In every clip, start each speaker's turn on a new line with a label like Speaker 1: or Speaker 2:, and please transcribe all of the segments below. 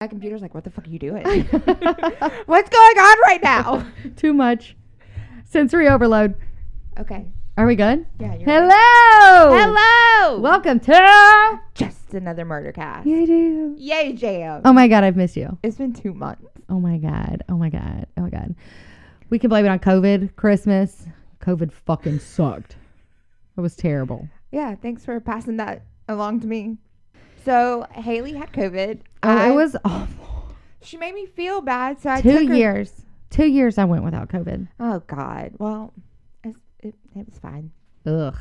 Speaker 1: my computer's like, what the fuck are you doing? What's going on right now?
Speaker 2: Too much. Sensory overload.
Speaker 1: Okay.
Speaker 2: Are we good?
Speaker 1: Yeah. You're
Speaker 2: Hello.
Speaker 1: Hello.
Speaker 2: Welcome to.
Speaker 1: Just another murder cast.
Speaker 2: Yeah, I do.
Speaker 1: Yay, JM.
Speaker 2: Oh my God, I've missed you.
Speaker 1: It's been two months.
Speaker 2: Oh my God. Oh my God. Oh my God. We can blame it on COVID, Christmas. COVID fucking sucked. It was terrible.
Speaker 1: Yeah. Thanks for passing that along to me. So Haley had COVID.
Speaker 2: Oh,
Speaker 1: I
Speaker 2: it was awful.
Speaker 1: She made me feel bad, so I
Speaker 2: Two
Speaker 1: took her-
Speaker 2: years. Two years I went without COVID.
Speaker 1: Oh God. Well, it, it, it was fine.
Speaker 2: Ugh.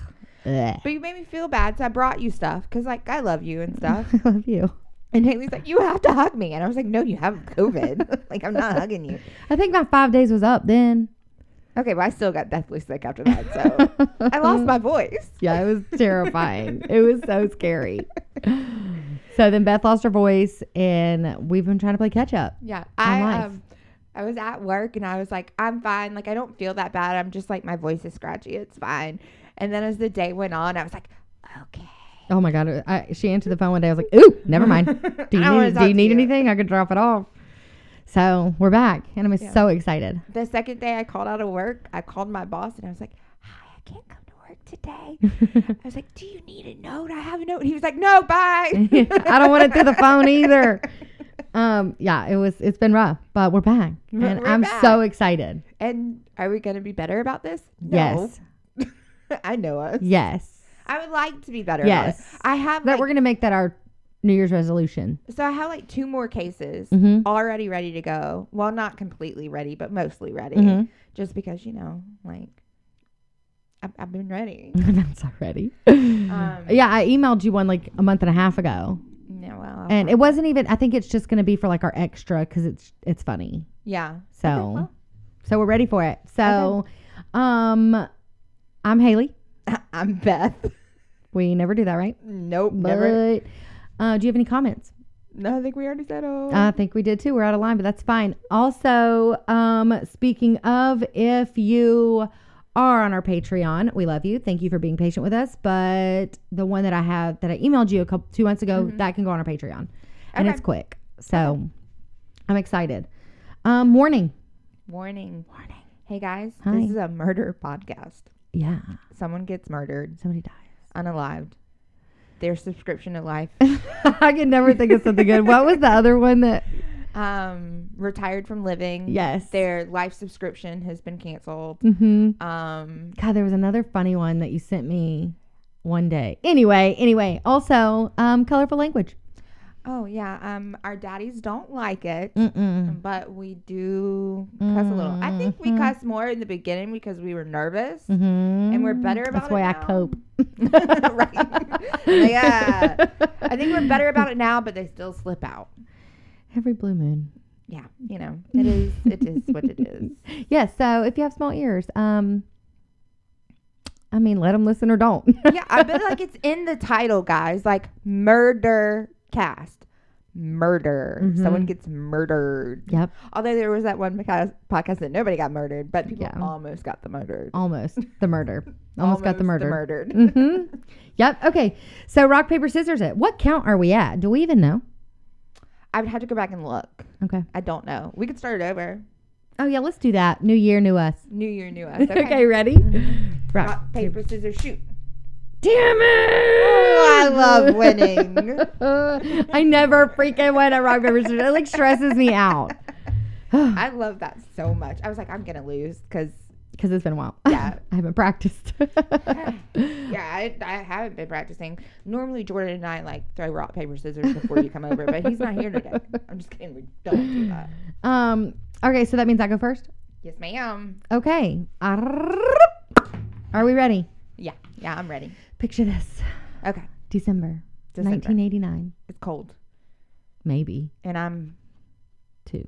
Speaker 2: Ugh.
Speaker 1: But you made me feel bad, so I brought you stuff because, like, I love you and stuff.
Speaker 2: I love you.
Speaker 1: And Haley's like, "You have to hug me," and I was like, "No, you have COVID. like, I'm not hugging you."
Speaker 2: I think my five days was up then.
Speaker 1: Okay, but I still got deathly sick after that, so I lost my voice.
Speaker 2: Yeah, it was terrifying. it was so scary. So then Beth lost her voice, and we've been trying to play catch up.
Speaker 1: Yeah,
Speaker 2: My
Speaker 1: I
Speaker 2: life.
Speaker 1: um, I was at work and I was like, "I'm fine. Like, I don't feel that bad. I'm just like my voice is scratchy. It's fine." And then as the day went on, I was like, "Okay."
Speaker 2: Oh my god! I, she answered the phone one day. I was like, "Ooh, never mind. Do
Speaker 1: I
Speaker 2: you
Speaker 1: don't wanna
Speaker 2: need, do
Speaker 1: talk
Speaker 2: you
Speaker 1: to
Speaker 2: need
Speaker 1: you." anything?
Speaker 2: anything? I could drop it off." So we're back, and I'm
Speaker 1: Yeah.
Speaker 2: so excited.
Speaker 1: The second day I called out of work, I called my boss and I was like, "Hi, I can't come to work today." I was like, "Do you need a note? I have a note." And he was like, "No, bye."
Speaker 2: I don't want it through the phone either. Um, yeah, it was. It's been rough, but we're back, and
Speaker 1: We're
Speaker 2: I'm
Speaker 1: back.
Speaker 2: so excited.
Speaker 1: And are we going to be better about this?
Speaker 2: Yes,
Speaker 1: I know us.
Speaker 2: yes,
Speaker 1: I would like to be better. Yes.
Speaker 2: yes.
Speaker 1: I have
Speaker 2: that
Speaker 1: like,
Speaker 2: we're gonna make that our New Year's resolution.
Speaker 1: so I have like two more cases
Speaker 2: Mm-hmm.
Speaker 1: already ready to go. Well, not completely ready, but mostly ready.
Speaker 2: Mm-hmm.
Speaker 1: Just because you know, like I've, I've been ready.
Speaker 2: That's already.
Speaker 1: Um,
Speaker 2: yeah, Mm-hmm. I emailed you one like a month and a half ago,
Speaker 1: Yeah. Well. I'll
Speaker 2: and
Speaker 1: pro-
Speaker 2: it wasn't even. I think it's just gonna be for like our extra because it's it's funny.
Speaker 1: yeah.
Speaker 2: So
Speaker 1: well.
Speaker 2: so we're ready for it. So um, I'm Haley.
Speaker 1: I'm Beth.
Speaker 2: We never do that, right?
Speaker 1: Nope.
Speaker 2: But
Speaker 1: Never.
Speaker 2: uh, do you have any comments?
Speaker 1: No, I think we already oh. settled.
Speaker 2: I think we did too. We're out of line, but that's fine. Also, um, speaking of, if you are on our Patreon, we love you. Thank you for being patient with us. But the one that I have that I emailed you a couple two months ago, that can go on our Patreon, and
Speaker 1: Okay.
Speaker 2: it's quick. So I'm excited. Um, warning.
Speaker 1: Warning. Warning. Hey guys,
Speaker 2: Hi.
Speaker 1: this is a murder podcast.
Speaker 2: Yeah,
Speaker 1: Someone gets murdered.
Speaker 2: somebody died.
Speaker 1: unalived. Their subscription to life.
Speaker 2: I can never think of something good. What was the other one that?
Speaker 1: Um, retired from living.
Speaker 2: Yes.
Speaker 1: Their life subscription has been canceled.
Speaker 2: Mm-hmm.
Speaker 1: Um,
Speaker 2: God, there was another funny one that you sent me one day. Anyway, anyway. Also, um, colorful language.
Speaker 1: oh yeah. Um, our daddies don't like it,
Speaker 2: Mm-mm.
Speaker 1: but we do cuss a little. I think we
Speaker 2: Mhm.
Speaker 1: cuss more in the beginning because we were nervous.
Speaker 2: Mm-hmm.
Speaker 1: And we're better about
Speaker 2: Mm, That's
Speaker 1: it
Speaker 2: why I
Speaker 1: now.
Speaker 2: cope.
Speaker 1: Right. Yeah. I think we're better about it now, but they still slip out.
Speaker 2: Every blue moon.
Speaker 1: Yeah, you know, it is. It is what it is.
Speaker 2: Yes. so if you have small ears, um, I mean, let them listen or don't.
Speaker 1: yeah, I bet like it's in the title, guys. Like murder cast, murder.
Speaker 2: Mhm.
Speaker 1: Someone gets murdered.
Speaker 2: yep.
Speaker 1: Although there was that one podcast, podcast that nobody got murdered, but people
Speaker 2: Yeah.
Speaker 1: almost got the murdered.
Speaker 2: Almost the murder. Almost, got the murder.
Speaker 1: murdered.
Speaker 2: mm-hmm. Yep. Okay. So rock paper scissors. It. What count are we at? Do we even know?
Speaker 1: I would have to go back and look.
Speaker 2: Okay.
Speaker 1: I don't know. We could start it over.
Speaker 2: Oh yeah. Let's do that. New year, new us.
Speaker 1: New year, new us. Okay.
Speaker 2: ready? Rock,
Speaker 1: Rock, paper, scissors, shoot.
Speaker 2: Damn it!
Speaker 1: I love winning.
Speaker 2: I never freaking win at rock paper scissors. It like stresses me out
Speaker 1: I love that so much. I was like, I'm gonna lose because
Speaker 2: because it's been a while.
Speaker 1: Yeah.
Speaker 2: I haven't practiced.
Speaker 1: Yeah, I, I haven't been practicing. Normally, Jordan and I like throw rock paper scissors before you come over, but he's not here today. I'm just kidding. We don't do that.
Speaker 2: um. Okay, so that means I go first.
Speaker 1: Yes, ma'am.
Speaker 2: Okay. Are we ready?
Speaker 1: Yeah, yeah, I'm ready.
Speaker 2: Picture this:
Speaker 1: Okay,
Speaker 2: December,
Speaker 1: December.
Speaker 2: 1989,
Speaker 1: it's cold,
Speaker 2: maybe
Speaker 1: and I'm
Speaker 2: two.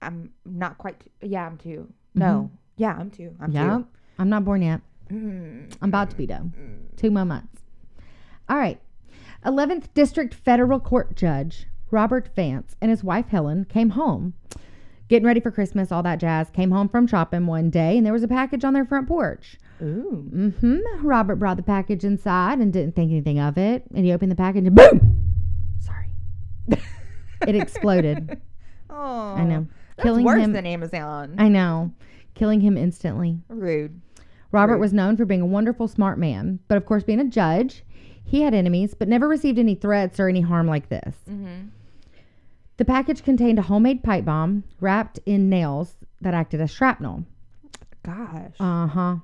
Speaker 1: I'm not quite. T- yeah, I'm 2 No, Mm-hmm. yeah, I'm two. I'm
Speaker 2: Yep. I'm not born yet.
Speaker 1: two. Mm,
Speaker 2: I'm about to be though. Two more months. All right. 11th District Federal Court Judge Robert Vance and his wife Helen came home, getting ready for Christmas, all that jazz. Came home from shopping one day and there was a package on their front porch.
Speaker 1: Ooh.
Speaker 2: hmm Robert brought the package inside and didn't think anything of it. And he opened the package and boom! Sorry. It exploded.
Speaker 1: Oh,
Speaker 2: I know.
Speaker 1: That's
Speaker 2: Killing
Speaker 1: worse
Speaker 2: him.
Speaker 1: than Amazon.
Speaker 2: I know. Killing him instantly.
Speaker 1: Rude.
Speaker 2: Robert
Speaker 1: Right.
Speaker 2: was known for being a wonderful, smart man, but of course, being a judge, he had enemies, but never received any threats or any harm like this.
Speaker 1: Mm-hmm.
Speaker 2: The package contained a homemade pipe bomb wrapped in nails that acted as shrapnel.
Speaker 1: Gosh.
Speaker 2: Uh huh.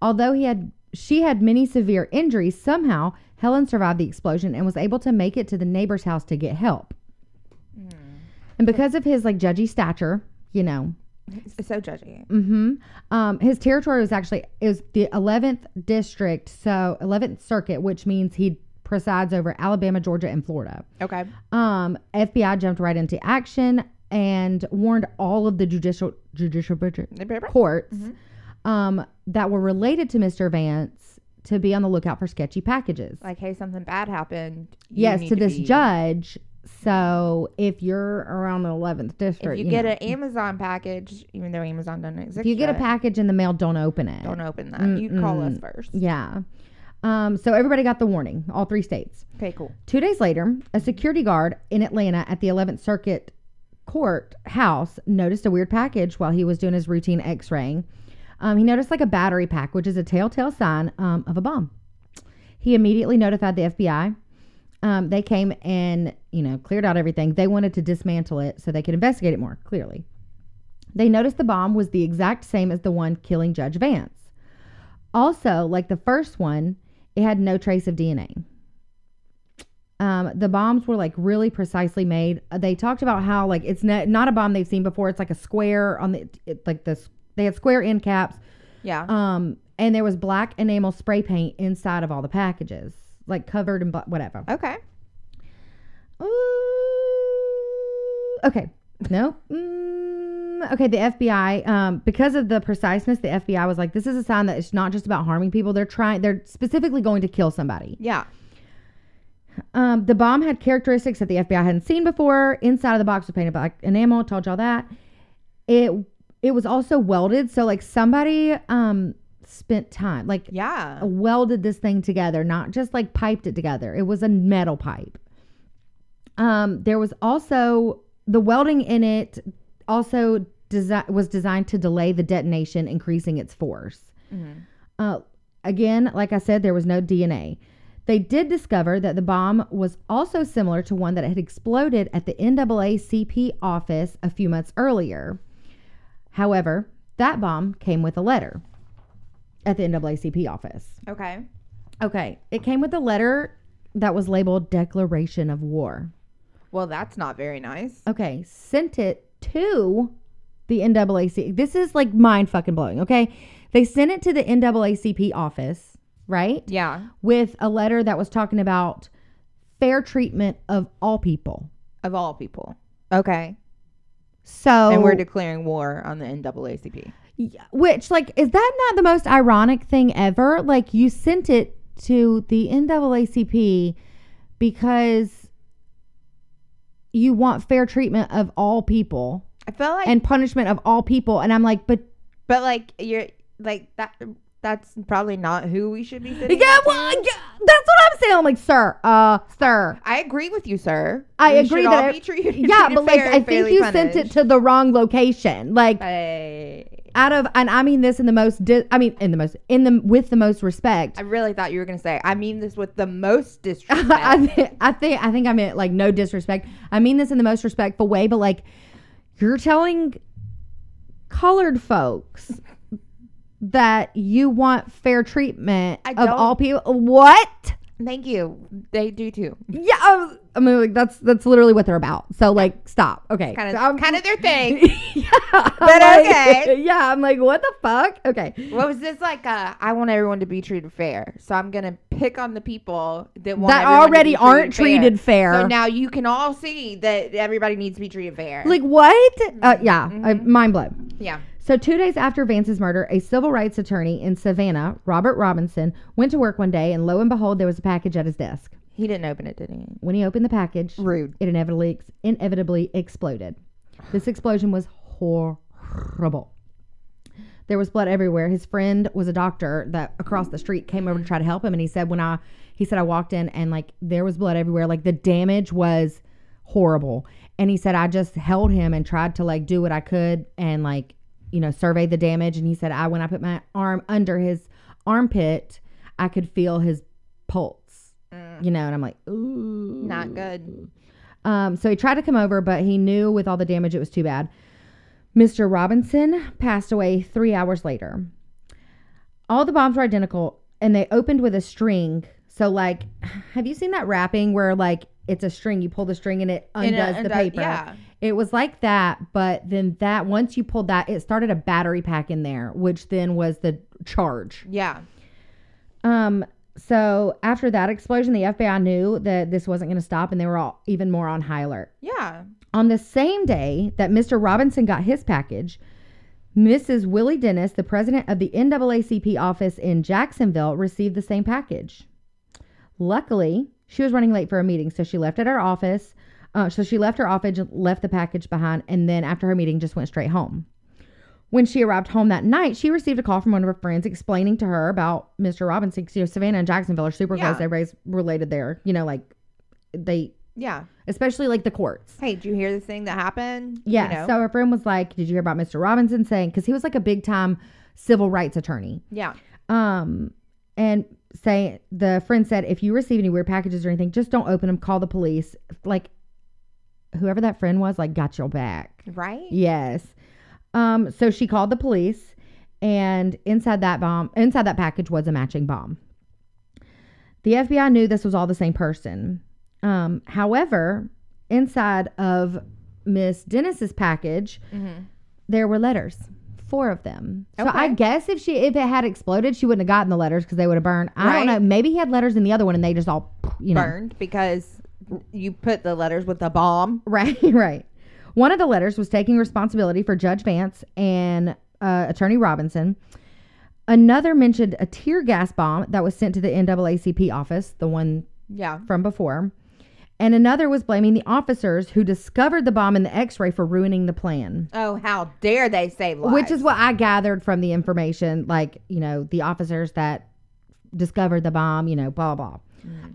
Speaker 2: Although he had, she had many severe injuries. Somehow, Helen survived the explosion and was able to make it to the neighbor's house to get help. And because of his like judgy stature, you know,
Speaker 1: it's so judgy.
Speaker 2: Mm-hmm. Um, his territory was actually it was the 11th district, so 11th circuit, which means he presides over Alabama, Georgia, and Florida.
Speaker 1: Okay.
Speaker 2: Um, FBI jumped right into action and warned all of the judicial judicial courts
Speaker 1: Mm-hmm.
Speaker 2: um, that were related to Mr. Vance to be on the lookout for sketchy packages.
Speaker 1: Like, hey, something bad happened. you
Speaker 2: yes,
Speaker 1: need
Speaker 2: to this
Speaker 1: be- Mm-hmm.
Speaker 2: judge. So if you're around the 11th district,
Speaker 1: If you get
Speaker 2: know,
Speaker 1: an Amazon package, even though Amazon doesn't exist,
Speaker 2: if you get a
Speaker 1: yet,
Speaker 2: package in the mail, don't open it.
Speaker 1: don't open that. You call us first.
Speaker 2: Yeah. Um, so everybody got the warning, all three states.
Speaker 1: Okay, cool.
Speaker 2: Two days later, a security guard in Atlanta at the 11th Circuit Court House noticed a weird package while he was doing his routine x raying. Um, he noticed like a battery pack, which is a telltale sign um, of a bomb. He immediately notified the FBI. Um, they came and, you know, cleared out everything. They wanted to dismantle it so they could investigate it more, clearly. They noticed the bomb was the exact same as the one killing Judge Vance. Also, like the first one, it had no trace of DNA. Um, the bombs were like really precisely made. Uh, They talked about how like it's not, not a bomb they've seen before. It's like a square on the it, like this. They had square end caps.
Speaker 1: Yeah.
Speaker 2: Um, and there was black enamel spray paint inside of all the packages, like covered in bla- whatever.
Speaker 1: okay.
Speaker 2: Ooh. Okay. No. Mm, okay. The FBI, um, because of the preciseness, the FBI was like, this is a sign that it's not just about harming people. They're trying, they're specifically going to kill somebody.
Speaker 1: Yeah.
Speaker 2: Um, the bomb had characteristics that the FBI hadn't seen before. Inside of the box was painted black enamel. Told y'all that. It it was also welded, so like somebody um spent time like Oh.
Speaker 1: Yeah.
Speaker 2: welded this thing together, not just like piped it together. It was a metal pipe. Um, there was also the welding in it also desi- was designed to delay the detonation, increasing its force.
Speaker 1: Mhm.
Speaker 2: Uh, again, like I said, there was no DNA. They did discover that the bomb was also similar to one that had exploded at the NAACP office a few months earlier. However, that bomb came with a letter at the NAACP office.
Speaker 1: Okay.
Speaker 2: Okay, it came with a letter that was labeled Declaration of War.
Speaker 1: Well, that's not very nice.
Speaker 2: Okay, sent it to the NAACP. This is like mind fucking blowing, okay? They sent it to the NAACP office, right?
Speaker 1: Yeah.
Speaker 2: With a letter that was talking about fair treatment of all people.
Speaker 1: Of all people. Okay.
Speaker 2: So,
Speaker 1: And we're declaring war on the NAACP.
Speaker 2: Yeah, which like is that not the most ironic thing ever? Like you sent it to the NAACP because you want fair treatment of all people
Speaker 1: I feel like,
Speaker 2: and punishment of all people, and I'm like, but
Speaker 1: but like you're like that. That's probably not who we should be sending.
Speaker 2: yeah, well, yeah, that's what I'm saying. I'm like, sir, uh, sir.
Speaker 1: I agree with you, sir.
Speaker 2: I
Speaker 1: We
Speaker 2: agree
Speaker 1: should
Speaker 2: that
Speaker 1: all
Speaker 2: I-
Speaker 1: be treated
Speaker 2: Yeah, but like
Speaker 1: fair and
Speaker 2: I think
Speaker 1: fairly
Speaker 2: you
Speaker 1: punished.
Speaker 2: sent it to the wrong location. Like
Speaker 1: I,
Speaker 2: out of and I mean this in the most di- I mean in the most in the with the most respect.
Speaker 1: I really thought you were gonna say. I mean this with the most disrespect.
Speaker 2: I, thi- I think I think I meant like no disrespect. I mean this in the most respectful way, but like you're telling colored folks that you want fair treatment
Speaker 1: I
Speaker 2: of
Speaker 1: don't-
Speaker 2: all people. What?
Speaker 1: Thank you. They do too.
Speaker 2: Yeah, I, was- I mean like that's that's literally what they're about. So like stop. Okay.
Speaker 1: Kind
Speaker 2: So
Speaker 1: of,
Speaker 2: I'm-
Speaker 1: kind of their thing.
Speaker 2: yeah, I'm
Speaker 1: But
Speaker 2: like-
Speaker 1: okay.
Speaker 2: Yeah, I'm like what the fuck? Okay.
Speaker 1: what was this like? Uh, I want everyone to be treated fair, so I'm gonna pick on the people that want
Speaker 2: That
Speaker 1: everyone to be
Speaker 2: already aren't treated fair.
Speaker 1: So now you can all see that everybody needs to be treated fair.
Speaker 2: like what? Uh,
Speaker 1: Mm-hmm.
Speaker 2: yeah, I, mind blown.
Speaker 1: yeah.
Speaker 2: So, two days after Vance's murder, a civil rights attorney in Savannah, Robert Robinson, went to work one day, and lo and behold, there was a package at his desk.
Speaker 1: He didn't open it, did he?
Speaker 2: When he opened the package,
Speaker 1: Rude.
Speaker 2: it inevitably, inevitably exploded. This explosion was horrible. There was blood everywhere. His friend was a doctor that across the street came over to try to help him, and he said, "When I," he said, "I walked in and like there was blood everywhere. Like the damage was horrible. And he said, I just held him and tried to like do what I could and like, you know, survey the damage. And he said, I, when I put my arm under his armpit, I could feel his pulse,
Speaker 1: Mm,
Speaker 2: you know, and I'm like, ooh.
Speaker 1: not good.
Speaker 2: Um, so he tried to come over, but he knew with all the damage it was too bad. Mr. Robinson passed away three hours later. All the bombs were identical and they opened with a string. So, like, have you seen that wrapping where, like, it's a string? You pull the string and it
Speaker 1: And, uh,
Speaker 2: undoes
Speaker 1: and,
Speaker 2: the
Speaker 1: uh,
Speaker 2: paper.
Speaker 1: Yeah.
Speaker 2: It was like that, but then that, once you pulled that, it started a battery pack in there, which then was the charge.
Speaker 1: Yeah.
Speaker 2: Um, so after that explosion, the FBI knew that this wasn't going to stop and they were all even more on high alert.
Speaker 1: Yeah.
Speaker 2: On the same day that Mr. Robinson got his package, Mrs. Willie Dennis, the president of the NAACP office in Jacksonville, received the same package. Luckily, she was running late for a meeting, so she left at her office. Uh, so she left her office, left the package behind, and then after her meeting, just went straight home. When she arrived home that night, she received a call from one of her friends explaining to her about Mr. Robinson. 'Cause, You know, Savannah and Jacksonville are super
Speaker 1: Yeah.
Speaker 2: close. Everybody's related there. You know, like they,
Speaker 1: Yeah.
Speaker 2: especially like the courts.
Speaker 1: Hey, did you hear this thing that happened? You
Speaker 2: Yeah.
Speaker 1: know?
Speaker 2: So her friend was like, "Did you hear about Mr. Robinson saying?" Because he was like a big time civil rights attorney.
Speaker 1: yeah.
Speaker 2: Um, and say the friend said, "If you receive any weird packages or anything, just don't open them. Call the police." Like, whoever that friend was, like, got your back.
Speaker 1: Right?
Speaker 2: Yes. Um. So she called the police, and inside that bomb, inside that package was a matching bomb. The FBI knew this was all the same person. Um, however, inside of Miss Dennis's package,
Speaker 1: Mhm.
Speaker 2: there were letters, four of them. So
Speaker 1: Okay.
Speaker 2: I guess if she if it had exploded, she wouldn't have gotten the letters because they would have burned. I don't
Speaker 1: Right.
Speaker 2: know. Maybe he had letters in the other one, and they just all you know
Speaker 1: Burned because you put the letters with the bomb.
Speaker 2: Right, right. One of the letters was taking responsibility for Judge Vance and uh, Attorney Robinson. Another mentioned a tear gas bomb that was sent to the NAACP office, the one
Speaker 1: Yeah.
Speaker 2: from before. And another was blaming the officers who discovered the bomb in the x ray for ruining the plan,
Speaker 1: Oh, how dare they save lives?
Speaker 2: which is what I gathered from the information. Like, you know, the officers that discovered the bomb, you know, blah, blah.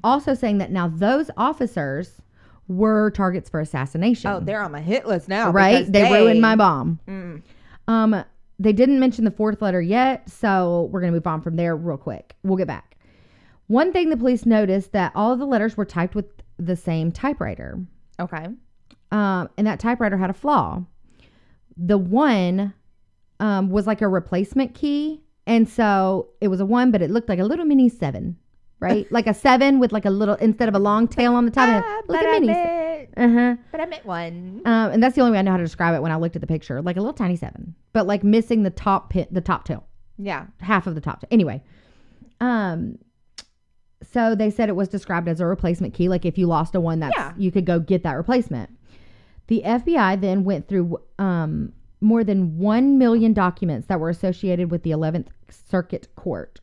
Speaker 2: Also saying that now those officers were targets for assassination
Speaker 1: oh, they're on my hit list now.
Speaker 2: right?
Speaker 1: because
Speaker 2: They, ruined my bomb.
Speaker 1: Mm.
Speaker 2: Um, they didn't mention the fourth letter yet, so we're gonna move on from there real quick. We'll get back. One thing the police noticed that all of the letters were typed with the same typewriter,
Speaker 1: Okay.
Speaker 2: um, and that typewriter had a flaw. The one um, was like a replacement key, and so it was a one, but it looked like a little mini seven, right? like a seven with like a little instead of a long tail on the top. it
Speaker 1: Ah,
Speaker 2: had-
Speaker 1: but,
Speaker 2: like a
Speaker 1: I
Speaker 2: mini.
Speaker 1: meant,
Speaker 2: Uh huh.
Speaker 1: but I meant one.
Speaker 2: Um, and that's the only way I know how to describe it when I looked at the picture, like a little tiny seven, but like missing the top pin, the top tail,
Speaker 1: Yeah.
Speaker 2: half of the top tail. Anyway, um, so they said it was described as a replacement key. Like if you lost a one, that's
Speaker 1: Yeah.
Speaker 2: you could go get that replacement. The FBI then went through um, more than one million documents that were associated with the Eleventh Circuit Court,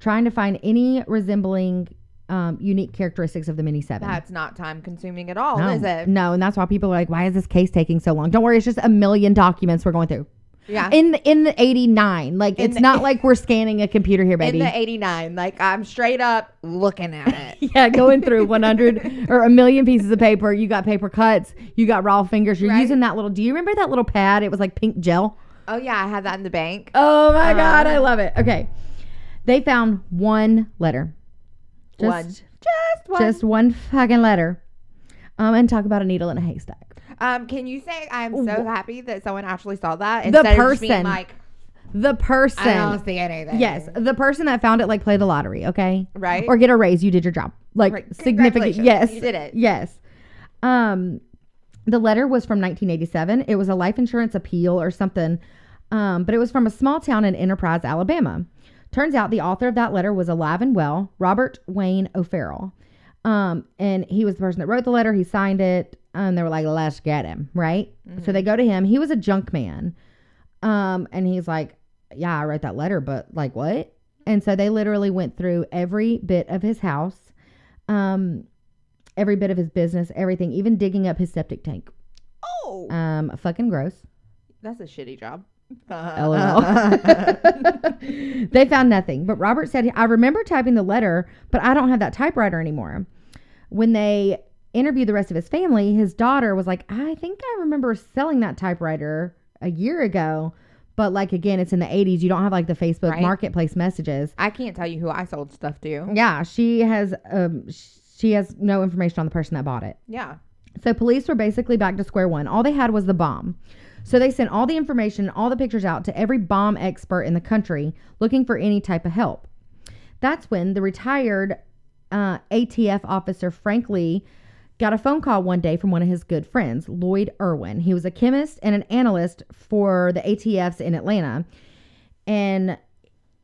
Speaker 2: trying to find any resembling um, unique characteristics of the mini seven.
Speaker 1: That's not time consuming at all,
Speaker 2: No,
Speaker 1: is it?
Speaker 2: no, and that's why people are like, "Why is this case taking so long?" Don't worry, it's just a million documents we're going through
Speaker 1: Yeah.
Speaker 2: in the, in the eighty nine. Like,
Speaker 1: In
Speaker 2: it's
Speaker 1: the-
Speaker 2: not like we're scanning a computer here,
Speaker 1: In
Speaker 2: baby.
Speaker 1: the 89, like I'm straight up looking at it.
Speaker 2: yeah, going through one hundred or a million pieces of paper. You got paper cuts. You got raw fingers. You're
Speaker 1: Right.
Speaker 2: using that little. Do you remember that little pad? It was like pink gel.
Speaker 1: oh, yeah. I had that in the bank.
Speaker 2: Oh my god, I
Speaker 1: Um.
Speaker 2: love it. Okay, they found one letter. Just-
Speaker 1: one. Just one.
Speaker 2: Just one fucking letter. Um, and talk about a needle in a haystack.
Speaker 1: um, can you say I'm so happy that someone actually saw that?
Speaker 2: The
Speaker 1: Instead Of just
Speaker 2: person.
Speaker 1: being like,
Speaker 2: The person.
Speaker 1: I don't see anything.
Speaker 2: Yes, the person that found it like play the lottery, okay?
Speaker 1: Right?
Speaker 2: Or get a raise, you did your job. Like
Speaker 1: Right.
Speaker 2: significant.
Speaker 1: Congratulations,
Speaker 2: Yes.
Speaker 1: you did it.
Speaker 2: Yes. Um the letter was from 1987. It was a life insurance appeal or something. Um but it was from a small town in Enterprise, Alabama. Turns out the author of that letter was alive and well, Robert Wayne O'Farrell. Um and he was the person that wrote the letter, he signed it, and they were like, "Let's get him," right?
Speaker 1: Mm-hmm.
Speaker 2: So they go to him. He was a junk man. Um, and he's like, Yeah, I wrote that letter, but like what? And so they literally went through every bit of his house, um, every bit of his business, everything, even digging up his septic tank.
Speaker 1: oh,
Speaker 2: Um, fucking gross.
Speaker 1: that's a shitty job.
Speaker 2: LOL. they found nothing. But Robert said, I remember typing the letter, but I don't have that typewriter anymore. When they interviewed the rest of his family, his daughter was like, I think I remember selling that typewriter a year ago. But like again, it's in the 80s. You don't have like the Facebook
Speaker 1: Right.
Speaker 2: marketplace messages.
Speaker 1: I can't tell you who I sold stuff to.
Speaker 2: Yeah, she has um she has no information on the person that bought it.
Speaker 1: Yeah.
Speaker 2: So police were basically back to square one. All they had was the bomb. So they sent all the information, all the pictures out to every bomb expert in the country looking for any type of help. That's when the retired uh, ATF officer Frank Lee got a phone call one day from one of his good friends, Lloyd Irwin. He was a chemist and an analyst for the ATFs in Atlanta. And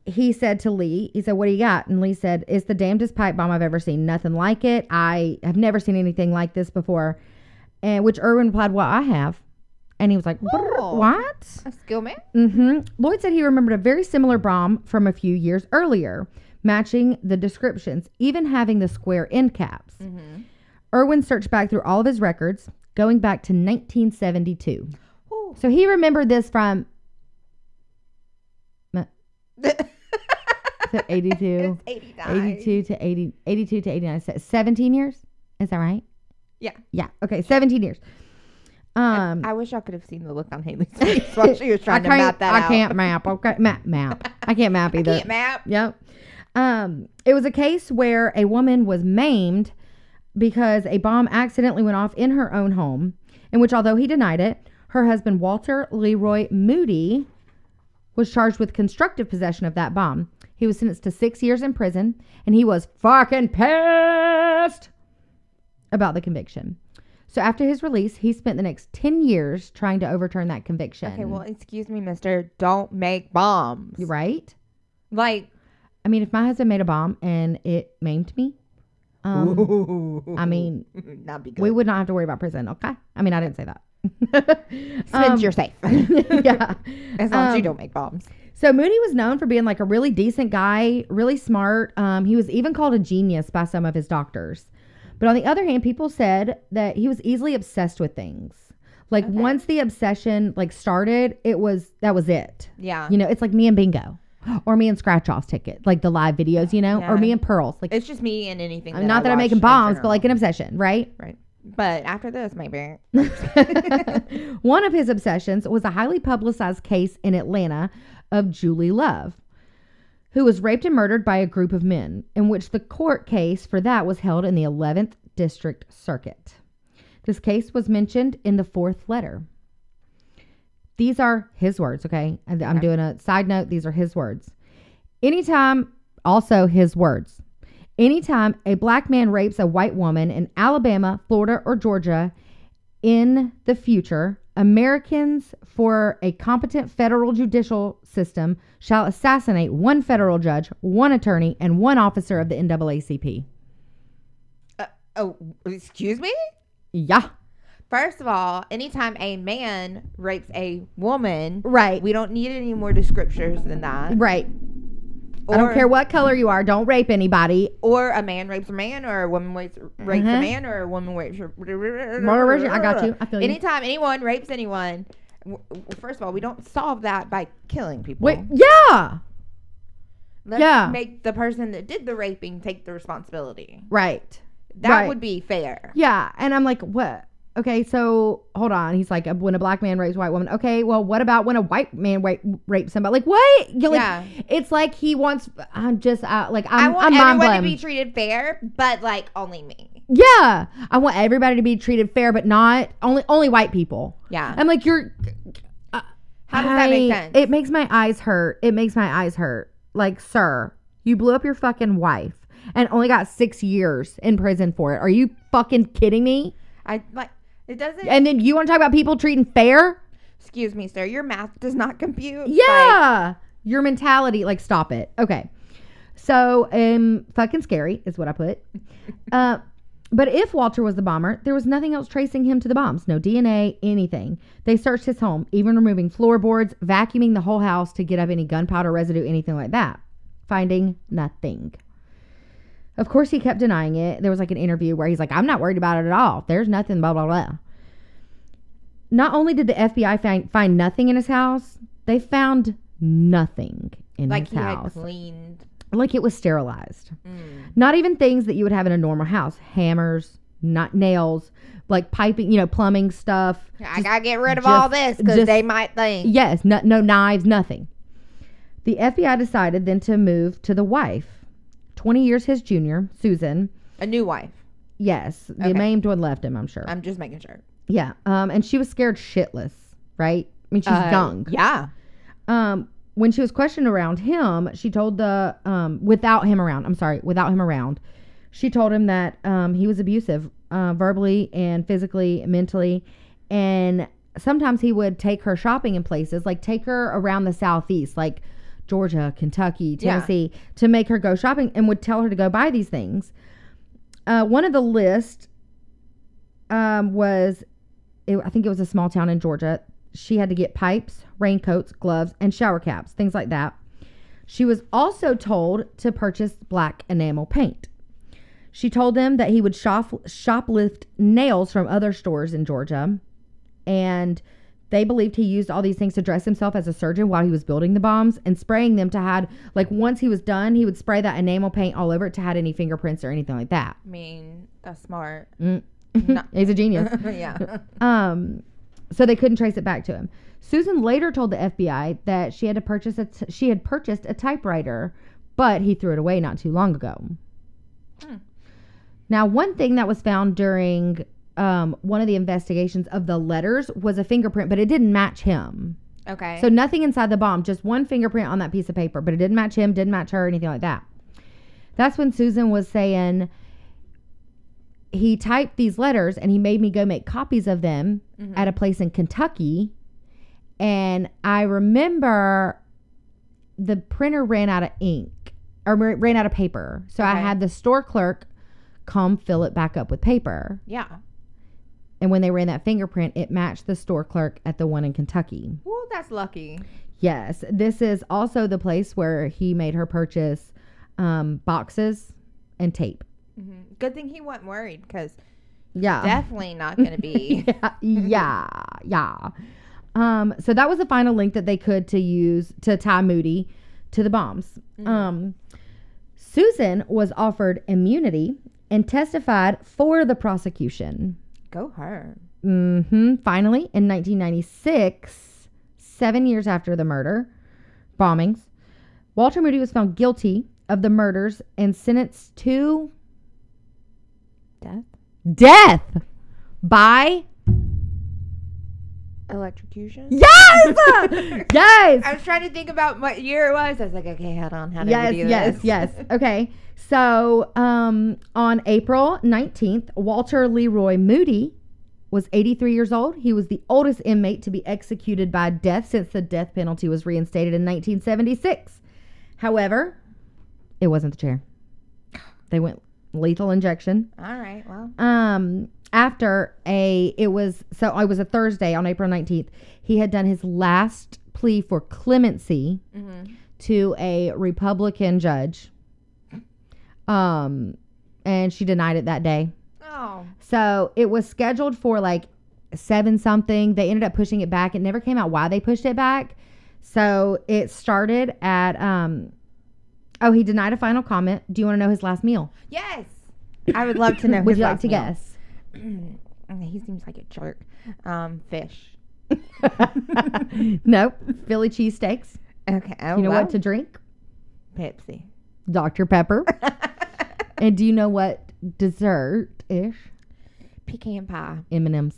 Speaker 2: he said to Lee, he said, What do you got? And Lee said, It's the damnedest pipe bomb I've ever seen. Nothing like it. I have never seen anything like this before. And which Irwin replied, Well, I have. And he was like,
Speaker 1: Oh.
Speaker 2: What?
Speaker 1: A skill man?
Speaker 2: hmm Lloyd said he remembered a very similar bomb from a few years earlier, matching the descriptions, even having the square end caps.
Speaker 1: Mm-hmm.
Speaker 2: Irwin searched back through all of his records, going back to 1972.
Speaker 1: Ooh.
Speaker 2: So he remembered this from so 82,
Speaker 1: It's 89.
Speaker 2: 82 to 80, 82 to 89, se- 17 years. Is that right?
Speaker 1: Yeah.
Speaker 2: Yeah. Okay, 17 years. Um,
Speaker 1: I wish I could have seen the look on Haley's face while she was trying to
Speaker 2: can't-
Speaker 1: map that
Speaker 2: I
Speaker 1: out.
Speaker 2: can't map. Okay, map, map. I can't map either.
Speaker 1: Can't map.
Speaker 2: Yep. Um, it was a case where a woman was maimed because a bomb accidentally went off in her own home, in which, although he denied it, her husband, Walter Leroy Moody, was charged with constructive possession of that bomb. He was sentenced to six years in prison, and he was fucking pissed about the conviction. So after his release, he spent the next 10 years trying to overturn that conviction.
Speaker 1: Okay, well, excuse me, mister. Don't make bombs.
Speaker 2: You're right?
Speaker 1: Like,
Speaker 2: I mean, if my husband made a bomb and it maimed me, um, I mean,
Speaker 1: not be good.
Speaker 2: we would not have to worry about prison. Okay. I mean, I didn't say that. Um,
Speaker 1: Since you're safe.
Speaker 2: yeah.
Speaker 1: as long as you
Speaker 2: um,
Speaker 1: don't make bombs.
Speaker 2: So Mooney was known for being like a really decent guy, really smart. Um, he was even called a genius by some of his doctors. But on the other hand, people said that he was easily obsessed with things. Like
Speaker 1: Okay.
Speaker 2: once the obsession like started, it was that was it.
Speaker 1: Yeah.
Speaker 2: You know, it's like me and bingo, or me and scratch offs ticket, like the live videos. You know, or
Speaker 1: Yeah.
Speaker 2: me and pearls. Like
Speaker 1: it's just me and anything.
Speaker 2: not that I'm making bombs, but like an obsession, right?
Speaker 1: Right. But after this, maybe. Uh,
Speaker 2: One of his obsessions was a highly publicized case in Atlanta of Julie Love, who was raped and murdered by a group of men, in which the court case for that was held in the 11th District Circuit. This case was mentioned in the fourth letter. These are his words, okay? And I'm doing a side note. These are his words. Anytime, also his words. Anytime a black man rapes a white woman in Alabama, Florida, or Georgia, in the future, Americans for a competent federal judicial system shall assassinate one federal judge, one attorney, and one officer of the NAACP.
Speaker 1: Oh, excuse me?
Speaker 2: Yeah.
Speaker 1: First of all, anytime a man rapes a woman,
Speaker 2: Right.
Speaker 1: we don't need any more descriptors than that.
Speaker 2: Right.
Speaker 1: Or,
Speaker 2: I don't care what color you are, don't rape anybody.
Speaker 1: Or a man rapes a man, or a woman rapes, rapes
Speaker 2: Uh-huh.
Speaker 1: a man, or a woman rapes. a-
Speaker 2: I got you. I feel you.
Speaker 1: Anytime anyone rapes anyone, w- w- first of all, we don't solve that by killing people.
Speaker 2: Wait, yeah.
Speaker 1: Let's
Speaker 2: yeah.
Speaker 1: make the person that did the raping take the responsibility.
Speaker 2: Right.
Speaker 1: That
Speaker 2: Right.
Speaker 1: would be fair.
Speaker 2: Yeah. And I'm like, what? Okay, so hold on. He's like, when a black man rapes a white woman. Okay, well, what about when a white man wa- rapes somebody? Like, what? You're like,
Speaker 1: Yeah.
Speaker 2: It's like he wants. I'm just uh, like,
Speaker 1: i
Speaker 2: I'm,
Speaker 1: want
Speaker 2: am mind
Speaker 1: everyone
Speaker 2: blown.
Speaker 1: to be treated fair, but like only me.
Speaker 2: Yeah, I want everybody to be treated fair, but not only only white people.
Speaker 1: Yeah.
Speaker 2: I'm like, you're. uh,
Speaker 1: How does that make
Speaker 2: I-
Speaker 1: sense?
Speaker 2: It makes my eyes hurt. It makes my eyes hurt. Like, sir, you blew up your fucking wife and only got six years in prison for it. Are you fucking kidding me?
Speaker 1: I like it doesn't.
Speaker 2: And then you want to talk about people treating fair?
Speaker 1: Excuse me, sir. Your math does not compute. Like,
Speaker 2: Yeah. Your mentality, like, stop it. Okay. So, um, fucking scary is what I put. Uh, but if Walter was the bomber, there was nothing else tracing him to the bombs. No DNA, anything. They searched his home, even removing floorboards, vacuuming the whole house to get up any gunpowder residue, anything like that. Finding nothing. Of course, he kept denying it. There was like an interview where he's like, I'm not worried about it at all. There's nothing, blah, blah, blah. Not only did the FBI find, find nothing in his house, they found nothing in
Speaker 1: like
Speaker 2: his
Speaker 1: he
Speaker 2: house.
Speaker 1: had cleaned.
Speaker 2: like it was sterilized.
Speaker 1: Mm.
Speaker 2: Not even things that you would have in a normal house hammers, not nails, like piping, you know, plumbing stuff.
Speaker 1: I gotta get rid of all this because
Speaker 2: just-
Speaker 1: they might think.
Speaker 2: Yes, no, no knives, nothing. The FBI decided then to move to the wife, 20 years his junior, Susan.
Speaker 1: A new wife.
Speaker 2: Yes, the
Speaker 1: Okay.
Speaker 2: maimed one left him, I'm sure.
Speaker 1: I'm just making sure.
Speaker 2: yeah, um, and she was scared shitless, right? I mean, she's
Speaker 1: Uh,
Speaker 2: young.
Speaker 1: Yeah.
Speaker 2: Um, when she was questioned around him, she told the um, without him around. I'm sorry, without him around, she told him that um, he was abusive, uh, verbally and physically, mentally, and sometimes he would take her shopping in places, like take her around the southeast, like Georgia, Kentucky,
Speaker 1: Yeah.
Speaker 2: Tennessee, to make her go shopping, and would tell her to go buy these things. Uh, one of the list um, was it, I think it was a small town in Georgia. She had to get pipes, raincoats, gloves, and shower caps, things like that. She was also told to purchase black enamel paint. She told them that he would shop, shoplift nails from other stores in Georgia, and they believed he used all these things to dress himself as a surgeon while he was building the bombs and spraying them to hide. Like once he was done, he would spray that enamel paint all over it to hide any fingerprints or anything like that.
Speaker 1: I mean, that's smart.
Speaker 2: Mm.
Speaker 1: No.
Speaker 2: He's a genius.
Speaker 1: yeah.
Speaker 2: Um, so they couldn't trace it back to him. Susan later told the FBI that she had to purchase a t- she had purchased a typewriter, but he threw it away not too long ago.
Speaker 1: Hmm.
Speaker 2: Now, one thing that was found during um, one of the investigations of the letters was a fingerprint, but it didn't match him.
Speaker 1: Okay.
Speaker 2: So nothing inside the bomb, just one fingerprint on that piece of paper, but it didn't match him, didn't match her, anything like that. That's when Susan was saying he typed these letters and he made me go make copies of them
Speaker 1: Mhm.
Speaker 2: at a place in Kentucky. And I remember the printer ran out of ink or ra- ran out of paper. So I
Speaker 1: Okay.
Speaker 2: had the store clerk come fill it back up with paper.
Speaker 1: yeah.
Speaker 2: And when they ran that fingerprint, it matched the store clerk at the one in Kentucky.
Speaker 1: Well, that's lucky.
Speaker 2: Yes, this is also the place where he made her purchase um, boxes and tape.
Speaker 1: hmm Good thing he wasn't worried because
Speaker 2: Yeah.
Speaker 1: definitely not going to be.
Speaker 2: yeah, yeah, yeah. Um, so that was the final link that they could to use to tie Moody to the bombs.
Speaker 1: Mhm.
Speaker 2: Um, Susan was offered immunity and testified for the prosecution.
Speaker 1: Go her.
Speaker 2: hmm Finally, in 1996, seven years after the murder, bombings, Walter Moody was found guilty of the murders and sentenced to
Speaker 1: Death?
Speaker 2: death by
Speaker 1: Electrocution?
Speaker 2: yes, yes,
Speaker 1: I was trying to think about what year it was. I was like, okay, hold on. How do
Speaker 2: yes,
Speaker 1: we do
Speaker 2: yes,
Speaker 1: this?
Speaker 2: yes. Okay. So um, on April 19th, Walter Leroy Moody was 83 years old. He was the oldest inmate to be executed by death since the death penalty was reinstated in 1976. However, it wasn't the chair. They went lethal injection.
Speaker 1: All right. Well,
Speaker 2: Um, after a, it was, so oh, it was a Thursday on April 19th. He had done his last plea for clemency
Speaker 1: hmm
Speaker 2: to a Republican judge. Um, and she denied it that day.
Speaker 1: oh,
Speaker 2: So it was scheduled for like seven something. They ended up pushing it back. It never came out why they pushed it back. So it started at um oh, he denied a final comment. Do you want to know his last meal?
Speaker 1: yes. I would love to know.
Speaker 2: Would
Speaker 1: his
Speaker 2: you like
Speaker 1: last
Speaker 2: to
Speaker 1: meal.
Speaker 2: guess?
Speaker 1: he seems like a jerk. Um, fish.
Speaker 2: nope. Philly cheesesteaks.
Speaker 1: Okay. Oh,
Speaker 2: You know
Speaker 1: well,
Speaker 2: what to drink?
Speaker 1: Pepsi.
Speaker 2: Dr. Pepper. and do you know what dessert ish?
Speaker 1: Pecan pie.
Speaker 2: M&M's.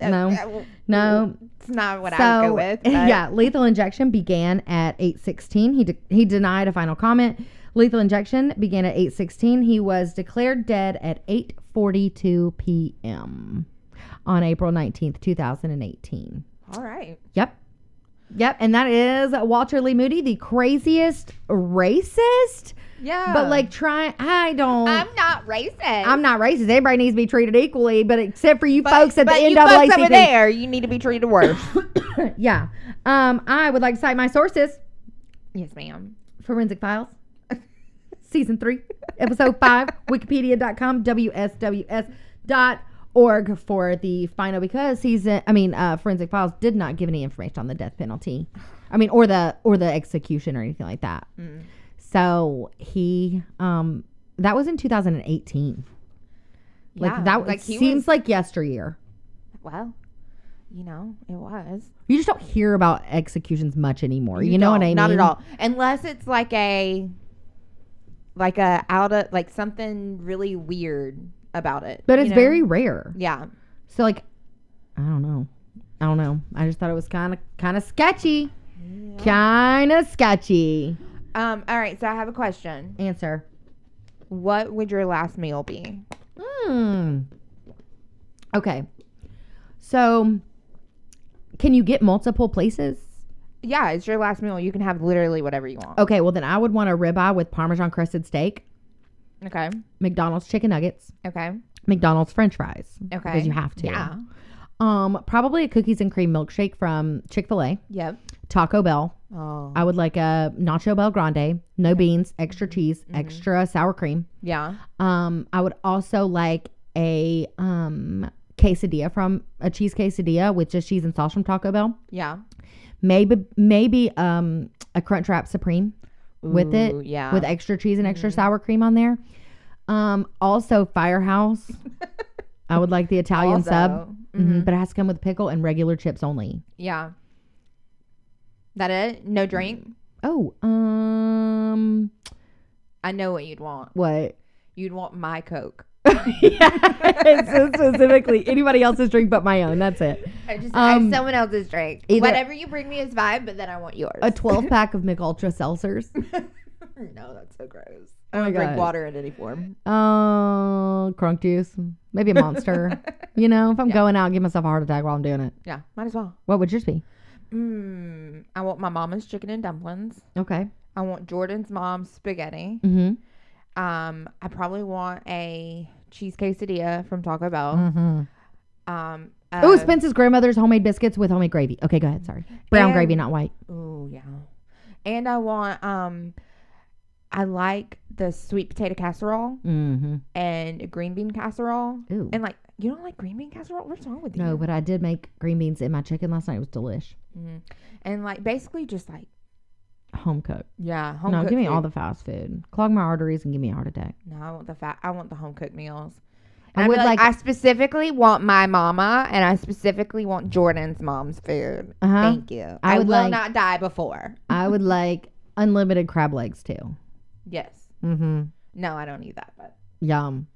Speaker 1: Uh,
Speaker 2: No.
Speaker 1: uh, well,
Speaker 2: No.
Speaker 1: It's not what I would go with. but-
Speaker 2: yeah, lethal injection began at 8:16. He de- he denied a final comment. Lethal injection began at 8:16. He was declared dead at 8:42 p.m. on April 19th, 2018.
Speaker 1: All right.
Speaker 2: Yep. Yep, and that is Walter Lee Moody, the craziest racist,
Speaker 1: Yeah.
Speaker 2: but like trying I don't
Speaker 1: I'm not racist.
Speaker 2: I'm not racist. Everybody needs to be treated equally, but except for you folks at the
Speaker 1: but you
Speaker 2: NAACP.
Speaker 1: folks over there, you need to be treated worse.
Speaker 2: Yeah. Um, I would like to cite my sources.
Speaker 1: yes, ma'am.
Speaker 2: Forensic Files, Season 3, Episode 5, Wikipedia.com, WSWS.org for the final because season, I mean, uh, Forensic Files did not give any information on the death penalty. I mean, or the or the execution or anything like that.
Speaker 1: Mm.
Speaker 2: So he um That was in 2018. Like
Speaker 1: Yeah,
Speaker 2: that
Speaker 1: like,
Speaker 2: like
Speaker 1: he
Speaker 2: seems
Speaker 1: was-
Speaker 2: like yesteryear.
Speaker 1: Well, you know, it was.
Speaker 2: You just don't hear about executions much anymore. You, know what I
Speaker 1: don't,
Speaker 2: mean?
Speaker 1: Not at all. Unless it's like a like a out of like something really weird about it.
Speaker 2: But
Speaker 1: you
Speaker 2: it's
Speaker 1: know?
Speaker 2: very rare.
Speaker 1: yeah.
Speaker 2: So like, I don't know. I don't know. I just thought it was kind of kind of sketchy. Kind of sketchy.
Speaker 1: Um. All right. So I have a question.
Speaker 2: Answer.
Speaker 1: What would your last meal be?
Speaker 2: Hmm. Okay. So, can you get multiple places?
Speaker 1: Yeah, it's your last meal. You can have literally whatever you want.
Speaker 2: Okay. Well, then I would want a ribeye with Parmesan crusted steak, Oh.
Speaker 1: Okay.
Speaker 2: McDonald's chicken nuggets,
Speaker 1: Okay.
Speaker 2: McDonald's French fries.
Speaker 1: Okay.
Speaker 2: Because you have to.
Speaker 1: Yeah.
Speaker 2: Um, probably a cookies and cream milkshake from Chick Fil A,
Speaker 1: Yep.
Speaker 2: Taco Bell.
Speaker 1: Oh.
Speaker 2: I would like a nacho bel grande, no beans, extra
Speaker 1: Mm-hmm.
Speaker 2: cheese, extra sour cream.
Speaker 1: Yeah.
Speaker 2: Um, I would also like a um quesadilla from a cheese quesadilla with just cheese and sauce from Taco Bell.
Speaker 1: Yeah.
Speaker 2: Maybe maybe um a crunch wrap supreme with it
Speaker 1: Ooh, Yeah. Mm-hmm.
Speaker 2: with extra cheese and extra sour cream on there. Um, also Firehouse. I would like the Italian sub,
Speaker 1: Also,
Speaker 2: Mhm, but it has to come with pickle and regular chips only.
Speaker 1: Yeah. That it? No drink.
Speaker 2: Oh, um,
Speaker 1: I know what you'd want.
Speaker 2: what?
Speaker 1: You'd want my Coke.
Speaker 2: yeah, so specifically anybody else's drink but my own. That's it.
Speaker 1: I just
Speaker 2: Um,
Speaker 1: I someone else's drink.
Speaker 2: either-
Speaker 1: Whatever you bring me is fine, but then I want yours.
Speaker 2: A 12 pack of Mick Ultra seltzers.
Speaker 1: no, that's so gross.
Speaker 2: Oh my
Speaker 1: Drink water in any form.
Speaker 2: Oh, crunk juice. Maybe a monster. you know, if I'm going out, give myself a heart attack while I'm doing it.
Speaker 1: Yeah, might as well.
Speaker 2: What would yours be?
Speaker 1: Mm, I want my mama's chicken and dumplings.
Speaker 2: Okay.
Speaker 1: I want Jordan's mom's spaghetti.
Speaker 2: Mm-hmm.
Speaker 1: Um, I probably want a cheese quesadilla from Taco Bell.
Speaker 2: Mm-hmm.
Speaker 1: Um,
Speaker 2: oh,
Speaker 1: uh,
Speaker 2: Spence's grandmother's homemade biscuits with homemade gravy. Okay, go ahead. Sorry. Brown
Speaker 1: And-
Speaker 2: gravy, not white.
Speaker 1: Ooh, yeah. And I want um I like the sweet potato casserole
Speaker 2: Mm-hmm.
Speaker 1: and green bean casserole.
Speaker 2: Ooh.
Speaker 1: And like you don't like green bean casserole? What's wrong with you?
Speaker 2: No, but I did make green beans in my chicken last night. It was delish.
Speaker 1: Mhm. And like basically just like
Speaker 2: Home cooked.
Speaker 1: yeah, home
Speaker 2: no,
Speaker 1: cooked
Speaker 2: give me
Speaker 1: food.
Speaker 2: all the fast Oh, food. Clog my arteries and give me a heart attack.
Speaker 1: No, I want the fat. I want the home cooked meals.
Speaker 2: I
Speaker 1: And I'd be
Speaker 2: would like-
Speaker 1: I specifically want my mama, and I specifically want Jordan's mom's food.
Speaker 2: Uh-huh.
Speaker 1: Thank you.
Speaker 2: I
Speaker 1: I,
Speaker 2: would
Speaker 1: will
Speaker 2: like-
Speaker 1: not die before.
Speaker 2: I would like unlimited crab legs too.
Speaker 1: Yes.
Speaker 2: Mm-hmm.
Speaker 1: No, I don't need that. But
Speaker 2: Yum.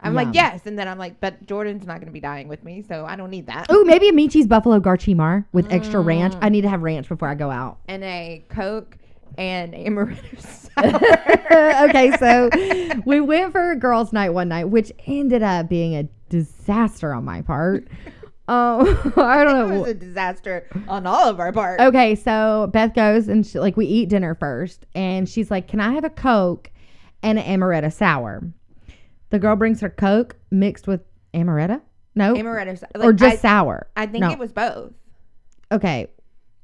Speaker 1: I'm
Speaker 2: Yum.
Speaker 1: like yes, and then I'm like, but Jordan's not going to be dying with me, so I don't need that.
Speaker 2: Ooh, maybe a meat cheese buffalo garchimar with extra ranch. I need to have ranch before I go out.
Speaker 1: And a Coke and amaretto sour.
Speaker 2: okay, so we went for a girls' night one night, which ended up being a disaster on my part. Um, I don't
Speaker 1: It
Speaker 2: know.
Speaker 1: was a disaster on all of our parts.
Speaker 2: Okay, so Beth goes and she, like we eat dinner first, and she's like, "Can I have a Coke and an amaretto sour?" The girl brings her Coke mixed with amaretto. No,
Speaker 1: Amaretto, sou-
Speaker 2: or
Speaker 1: like,
Speaker 2: just
Speaker 1: I,
Speaker 2: sour.
Speaker 1: I think
Speaker 2: no.
Speaker 1: it was both.
Speaker 2: Okay,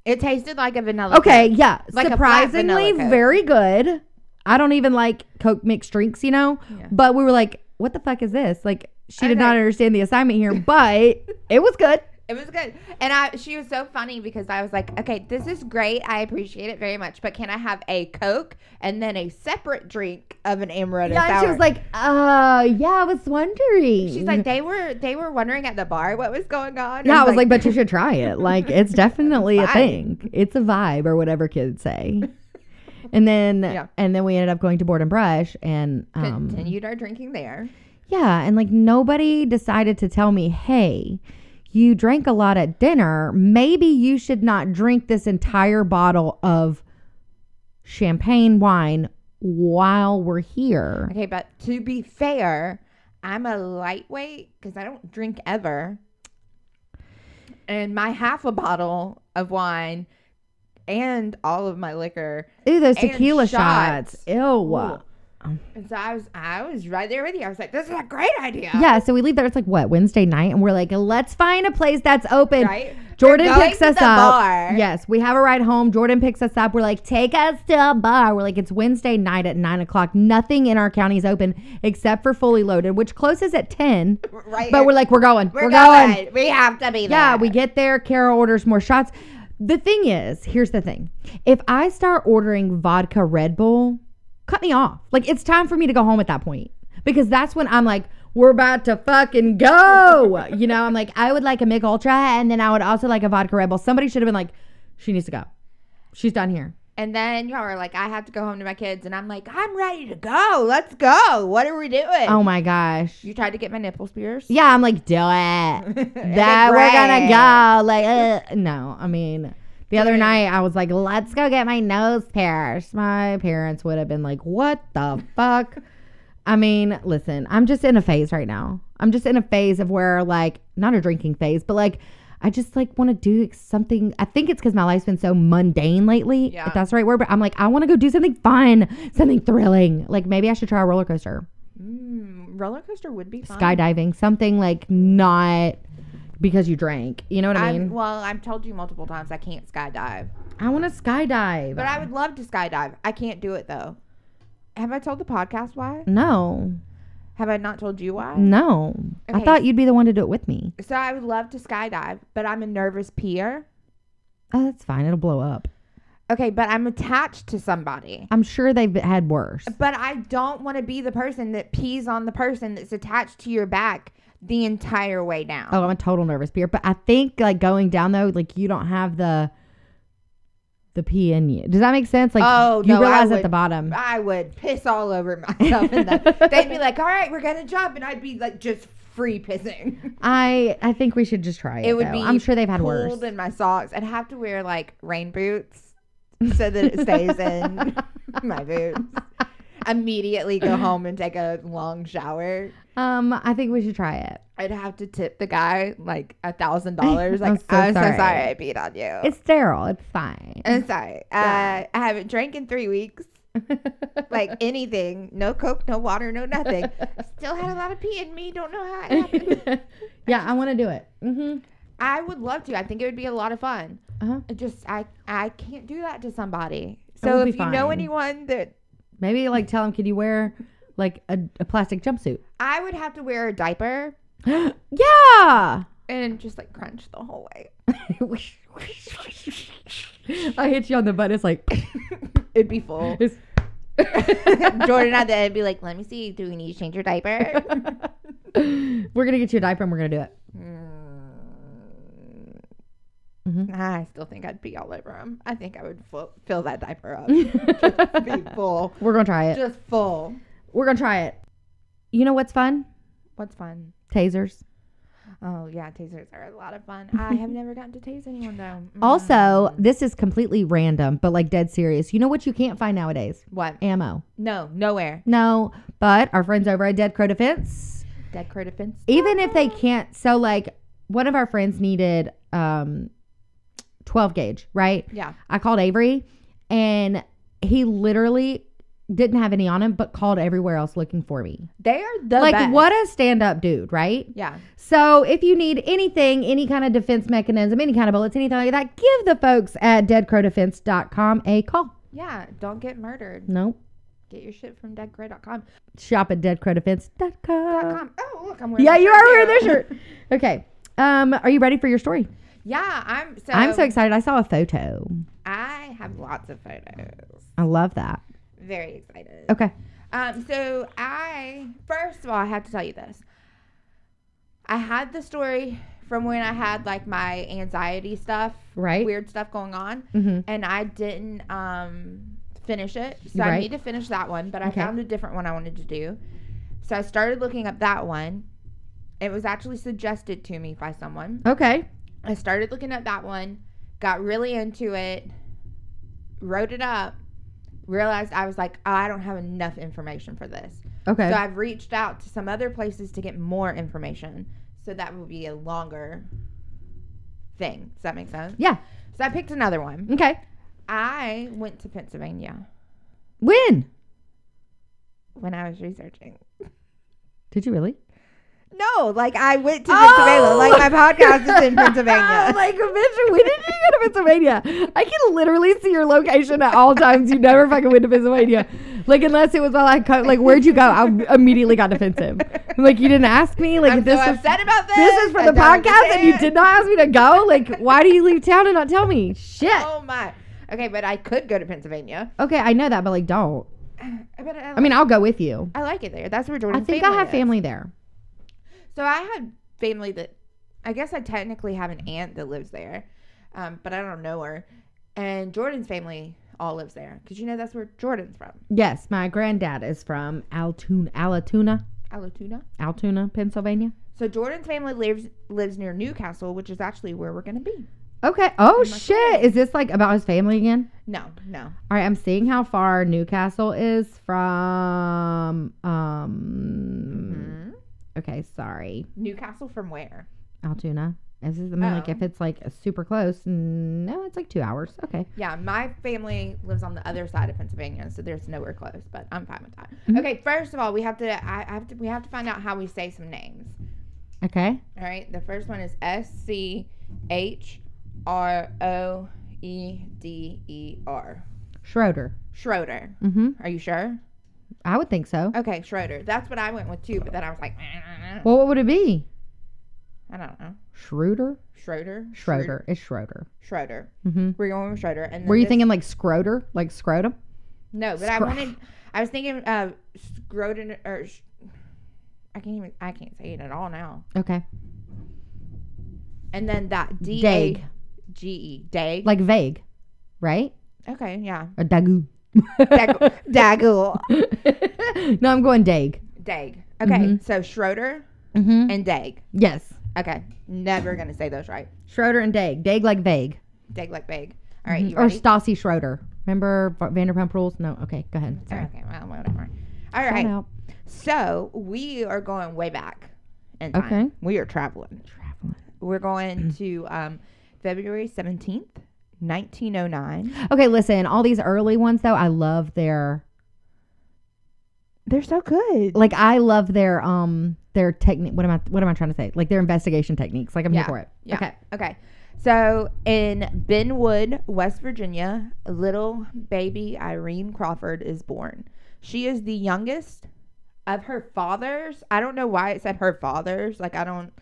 Speaker 1: It tasted like a vanilla.
Speaker 2: Okay, yeah.
Speaker 1: Like a flat
Speaker 2: Surprisingly
Speaker 1: vanilla Coke.
Speaker 2: very good. I don't even like Coke mixed drinks, you know?
Speaker 1: Yeah.
Speaker 2: But we were like, what the fuck is this? Like, she
Speaker 1: I
Speaker 2: did not
Speaker 1: know.
Speaker 2: understand the assignment here, but it was good.
Speaker 1: It was good. And I she was so funny because I was like, "Okay, this is great. I appreciate it very much, but can I have a Coke and then a separate drink of an amaretto
Speaker 2: Yeah, and
Speaker 1: sour?"
Speaker 2: she was like, uh, yeah, I was wondering.
Speaker 1: She's like, "They were they were wondering at the bar what was going on."
Speaker 2: yeah, I was like, but you should try it. Like, it's definitely a
Speaker 1: Vibe.
Speaker 2: thing. It's a vibe or whatever kids say. And then,
Speaker 1: Yeah.
Speaker 2: and then we ended up going to Board and Brush, and um,
Speaker 1: continued our drinking there.
Speaker 2: Yeah, and like nobody decided to tell me, hey, you drank a lot at dinner. Maybe you should not drink this entire bottle of champagne wine while we're here.
Speaker 1: Okay, but to be fair, I'm a lightweight because I don't drink ever. And my half a bottle of wine and all of my liquor
Speaker 2: Ooh, those
Speaker 1: And
Speaker 2: tequila shots.
Speaker 1: shots.
Speaker 2: Ew.
Speaker 1: Ooh. And so I was, I was right there with you. I was like, "This is a great idea."
Speaker 2: Yeah, so we leave there. It's like what Wednesday night, and we're like, let's find a place that's open.
Speaker 1: Right?
Speaker 2: Jordan
Speaker 1: We're going
Speaker 2: picks
Speaker 1: to
Speaker 2: us
Speaker 1: the
Speaker 2: up.
Speaker 1: bar.
Speaker 2: Yes, we have a ride home. Jordan picks us up. We're like, take us to a bar. We're like, it's Wednesday night at nine o'clock. Nothing in our county is open except for Fully Loaded, which closes at ten.
Speaker 1: Right.
Speaker 2: But we're like, we're going. We're,
Speaker 1: We're
Speaker 2: going.
Speaker 1: We have to be there.
Speaker 2: Yeah, we get there. Kara orders more shots. The thing is, here's the thing: if I start ordering vodka Red Bull, cut me off. Like it's time for me to go home at that point because that's when I'm like, we're about to fucking go. you know, I'm like, I would like a Mick Ultra and then I would also like a vodka rebel. Somebody should have been like, she needs to go. She's done here.
Speaker 1: And then y'all are like, I have to go home to my kids. And I'm like, I'm ready to go. Let's go. What are we doing?
Speaker 2: Oh my gosh.
Speaker 1: You tried to get my nipples pierced?
Speaker 2: Yeah, I'm like, do it. that
Speaker 1: That
Speaker 2: we're gonna go. Like, uh, no, I mean, the other night I was like, let's go get my nose pierced. My parents would have been like, what the fuck? I mean, listen, I'm just in a phase right now. I'm just in a phase of where, like, not a drinking phase, but like, I just like want to do something. I think it's because my life's been so mundane lately,
Speaker 1: Yeah.
Speaker 2: if that's the right word. But I'm like, I want to go do something fun, something thrilling. Like maybe I should try a roller coaster
Speaker 1: Mm, roller coaster would be fun.
Speaker 2: skydiving, something like not because you drank. You know what I
Speaker 1: I'm,
Speaker 2: mean?
Speaker 1: well, I've told you multiple times I can't skydive,
Speaker 2: I want to skydive.
Speaker 1: but I would love to skydive. I can't do it though. Have I told the podcast why?
Speaker 2: no,
Speaker 1: Have I not told you why?
Speaker 2: no. I
Speaker 1: Okay.
Speaker 2: thought you'd be the one to do it with me.
Speaker 1: So I would love to skydive, but I'm a nervous peer.
Speaker 2: Oh, that's fine. It'll blow up.
Speaker 1: Okay, but I'm attached to somebody.
Speaker 2: I'm sure they've had worse.
Speaker 1: But I don't want to be the person that pees on the person that's attached to your back the entire way down.
Speaker 2: Oh, I'm a total nervous beer, but I think like going down though, like you don't have the the pee in you. Does that make sense? Like
Speaker 1: Oh,
Speaker 2: you
Speaker 1: no, I
Speaker 2: realize at
Speaker 1: would-
Speaker 2: the bottom.
Speaker 1: I would piss all over myself. And the, they'd be like, all right, we're going to jump. And I'd be like, just free pissing.
Speaker 2: I I think we should just try it.
Speaker 1: It would
Speaker 2: though.
Speaker 1: be
Speaker 2: I'm sure they've had worse.
Speaker 1: Pulled in my socks. I'd have to wear like rain boots so that it stays in my boots. Immediately go home and take a long shower.
Speaker 2: um, I think we should try it.
Speaker 1: I'd have to tip the guy like a thousand dollars.
Speaker 2: I'm
Speaker 1: Like
Speaker 2: so
Speaker 1: I'm so
Speaker 2: sorry.
Speaker 1: sorry. I beat on you.
Speaker 2: It's sterile. It's fine.
Speaker 1: I'm sorry.
Speaker 2: Yeah.
Speaker 1: Uh, I haven't drank in three weeks. Like anything, no coke, no water, no nothing. Still had a lot of pee in me. Don't know how it happened.
Speaker 2: yeah, I want to do it. Mm-hmm.
Speaker 1: I would love to. I think it would be a lot of fun.
Speaker 2: Uh-huh.
Speaker 1: It just I I can't do that to somebody.
Speaker 2: That would
Speaker 1: So
Speaker 2: be
Speaker 1: if you know
Speaker 2: fine.
Speaker 1: anyone that
Speaker 2: Maybe like tell them, can you wear like a, a plastic jumpsuit?
Speaker 1: I would have to wear a diaper
Speaker 2: yeah.
Speaker 1: and just like crunch the whole way.
Speaker 2: I hit you on the butt. It's like
Speaker 1: It'd be full.
Speaker 2: it's
Speaker 1: Jordan at the end be like, "Let me see. Do we need to change your diaper?"
Speaker 2: we're gonna get you a diaper and we're gonna do it.
Speaker 1: Mm.
Speaker 2: Mhm.
Speaker 1: Nah, I still think I'd be all over him. I think I would fill, fill that diaper up. be full.
Speaker 2: We're gonna try it.
Speaker 1: Just full.
Speaker 2: We're gonna try it. You know what's fun?
Speaker 1: What's fun?
Speaker 2: Tasers.
Speaker 1: Oh, yeah, tasers are a lot of fun. I have never gotten to tase anyone, though. Mm.
Speaker 2: Also, this is completely random, but like dead serious. You know what you can't find nowadays?
Speaker 1: What?
Speaker 2: Ammo.
Speaker 1: No, nowhere.
Speaker 2: No, but our friends over at Dead Crow Defense
Speaker 1: Dead crow defense.
Speaker 2: even if they can't so like one of our friends needed um 12 gauge right
Speaker 1: Yeah.
Speaker 2: i called avery and he literally didn't have any on him but called everywhere else looking for me
Speaker 1: They are the
Speaker 2: like
Speaker 1: best.
Speaker 2: what a stand-up dude right
Speaker 1: Yeah.
Speaker 2: so if you need anything any kind of defense mechanism any kind of bullets anything like that give the folks at deadcrowdefense.com a call
Speaker 1: Yeah. Don't get murdered.
Speaker 2: nope
Speaker 1: Get your shit from deadcrow.com.
Speaker 2: shop at deadcrowdefense.com
Speaker 1: Com. Oh, look, I'm wearing
Speaker 2: yeah
Speaker 1: this
Speaker 2: you
Speaker 1: right
Speaker 2: are wearing
Speaker 1: now.
Speaker 2: their shirt okay um are you ready for your story
Speaker 1: Yeah, I'm so,
Speaker 2: I'm so excited. I saw a photo.
Speaker 1: I have lots of photos.
Speaker 2: I love that.
Speaker 1: Very excited.
Speaker 2: Okay.
Speaker 1: Um, so I first of all I have to tell you this. I had the story from when I had like my anxiety stuff,
Speaker 2: Right.
Speaker 1: weird stuff going on,
Speaker 2: Mhm.
Speaker 1: and I didn't um finish it. So I
Speaker 2: Right.
Speaker 1: need to finish that one, but I
Speaker 2: Okay.
Speaker 1: found a different one I wanted to do. So I started looking up that one. It was actually suggested to me by someone.
Speaker 2: Okay.
Speaker 1: I started looking at that one, got really into it, wrote it up, realized I was like, oh, I don't have enough information for this.
Speaker 2: Okay.
Speaker 1: So I've reached out to some other places to get more information. So that will be a longer thing. Does that make sense?
Speaker 2: Yeah.
Speaker 1: So I picked another one.
Speaker 2: okay.
Speaker 1: I went to Pennsylvania
Speaker 2: When?
Speaker 1: when I was researching.
Speaker 2: Did you really?
Speaker 1: No, like I went to
Speaker 2: Oh!
Speaker 1: Pennsylvania. Like my podcast is in Pennsylvania.
Speaker 2: like, bitch, when did you go to Pennsylvania? I can literally see your location at all times. You never fucking went to Pennsylvania. Like, unless it was while I cut, like, where'd you go? I immediately got defensive. I'm like, you didn't ask me. Like,
Speaker 1: I'm
Speaker 2: this
Speaker 1: so
Speaker 2: is
Speaker 1: upset about this.
Speaker 2: this is for
Speaker 1: I
Speaker 2: the
Speaker 1: don't
Speaker 2: podcast, and you
Speaker 1: understand.
Speaker 2: did not ask me to go. Like, why do you leave town and not tell me? Shit.
Speaker 1: Oh my. Okay, but I could go to Pennsylvania.
Speaker 2: Okay, I know that, but like, don't.
Speaker 1: But I,
Speaker 2: I mean, I'll go with you.
Speaker 1: I like it there. That's where
Speaker 2: I
Speaker 1: Jordan's
Speaker 2: think I
Speaker 1: family
Speaker 2: have
Speaker 1: is.
Speaker 2: family there.
Speaker 1: So I had family that I guess I technically have an aunt that lives there, um, but I don't know her. And Jordan's family all lives there because you know that's where Jordan's from.
Speaker 2: Yes, my granddad is from Altoona, Alatoona,
Speaker 1: Alatoona.
Speaker 2: Altoona, Pennsylvania.
Speaker 1: So Jordan's family lives lives near Newcastle, which is actually where we're gonna be.
Speaker 2: Okay. Oh
Speaker 1: In my
Speaker 2: shit! Is this like about his family again?
Speaker 1: No, no.
Speaker 2: All right, I'm seeing how far Newcastle is from. Um.
Speaker 1: Mhm.
Speaker 2: Okay, sorry,
Speaker 1: Newcastle from where?
Speaker 2: Altoona. This is I mean, like
Speaker 1: Oh.
Speaker 2: if it's like super close. No, it's like two hours. Okay.
Speaker 1: Yeah, my family lives on the other side of Pennsylvania, so there's nowhere close. But I'm fine with that.
Speaker 2: Mhm.
Speaker 1: Okay, first of all, we have to I I have to we have to find out how we say some names.
Speaker 2: Okay.
Speaker 1: All right, the first one is S C H R O E D E R.
Speaker 2: Schroeder.
Speaker 1: Schroeder.
Speaker 2: Mm-hmm.
Speaker 1: Are you sure?
Speaker 2: I would think so.
Speaker 1: Okay, Schroeder. That's what I went with too, but then I was like,
Speaker 2: Well, what would it be?
Speaker 1: I don't know.
Speaker 2: Schroeder.
Speaker 1: Schroeder.
Speaker 2: Schroeder. It's Schroeder.
Speaker 1: Schroeder.
Speaker 2: Mm-hmm.
Speaker 1: We're going with Schroeder. And then
Speaker 2: Were you
Speaker 1: this-
Speaker 2: thinking like scroter, like scrotum?
Speaker 1: No, but I
Speaker 2: Scro-
Speaker 1: wanted. I was thinking uh, Schroeder or. Sh- I can't even. I can't say it at all now.
Speaker 2: Okay.
Speaker 1: And then that D
Speaker 2: Dag.
Speaker 1: A G E Dag.
Speaker 2: Like vague, right?
Speaker 1: okay, yeah.
Speaker 2: Or dagu.
Speaker 1: Dag. Daggle.
Speaker 2: no, I'm going dag.
Speaker 1: Dag. Okay,
Speaker 2: Mhm.
Speaker 1: so Schroeder
Speaker 2: Mm-hmm.
Speaker 1: and Dag.
Speaker 2: Yes.
Speaker 1: Okay, never gonna say those right.
Speaker 2: Schroeder and Dag. Dag like vague.
Speaker 1: Dag like big. All right,
Speaker 2: Mhm.
Speaker 1: you
Speaker 2: Or
Speaker 1: ready?
Speaker 2: Stassi Schroeder. Remember Va- Vanderpump Rules? No. Okay. Go ahead.
Speaker 1: Sorry,
Speaker 2: Sorry.
Speaker 1: Okay, well, whatever. All
Speaker 2: Shout
Speaker 1: right,
Speaker 2: out.
Speaker 1: so we are going way back. In time.
Speaker 2: Okay.
Speaker 1: we are traveling.
Speaker 2: Traveling.
Speaker 1: We're going to um, February seventeenth, nineteen oh nine.
Speaker 2: Okay. Listen, all these early ones though, I love their
Speaker 1: They're so good.
Speaker 2: like I love their um their technique. What am I What am I trying to say? Like their investigation techniques. Like I'm
Speaker 1: Yeah.
Speaker 2: here for it.
Speaker 1: Yeah.
Speaker 2: Okay.
Speaker 1: Okay. So in Benwood, West Virginia, little baby Irene Crawford is born. She is the youngest of her fathers. I don't know why it said her fathers. Like I don't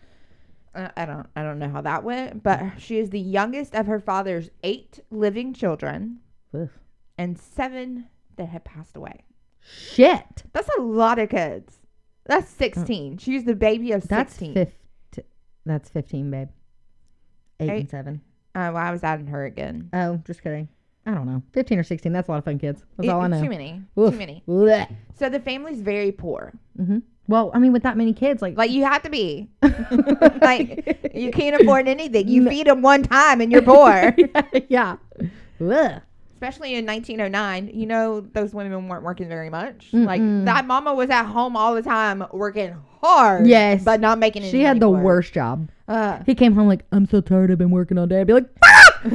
Speaker 1: I I don't I don't know how that went, but she is the youngest of her father's 8 living children
Speaker 2: Oof.
Speaker 1: and 7 that had passed away.
Speaker 2: Shit.
Speaker 1: That's a lot of kids. That's 16. She's the baby of 16.
Speaker 2: That's fifteen. That's fifteen, babe. Eight,
Speaker 1: Eight.
Speaker 2: and seven.
Speaker 1: Oh, well, I was adding her again.
Speaker 2: Oh, just kidding. I don't know. Fifteen or sixteen. That's a lot of fun, kids. That's
Speaker 1: It-
Speaker 2: all I
Speaker 1: Too
Speaker 2: know.
Speaker 1: many.
Speaker 2: Oof.
Speaker 1: Too many.
Speaker 2: Blech.
Speaker 1: So the family's very poor.
Speaker 2: hmm Well, I mean, with that many kids, like,
Speaker 1: Like you have to be. like you can't afford anything. You feed them one time and you're poor.
Speaker 2: yeah, Ugh.
Speaker 1: Especially in 1909, you know those women weren't working very much. Like
Speaker 2: Mm-mm.
Speaker 1: that mama was at home all the time working hard.
Speaker 2: Yes.
Speaker 1: but not making. any
Speaker 2: she had
Speaker 1: money
Speaker 2: the
Speaker 1: for it.
Speaker 2: worst job.
Speaker 1: Uh,
Speaker 2: He came home like, I'm so tired. I've been working all day. I'd be like,
Speaker 1: I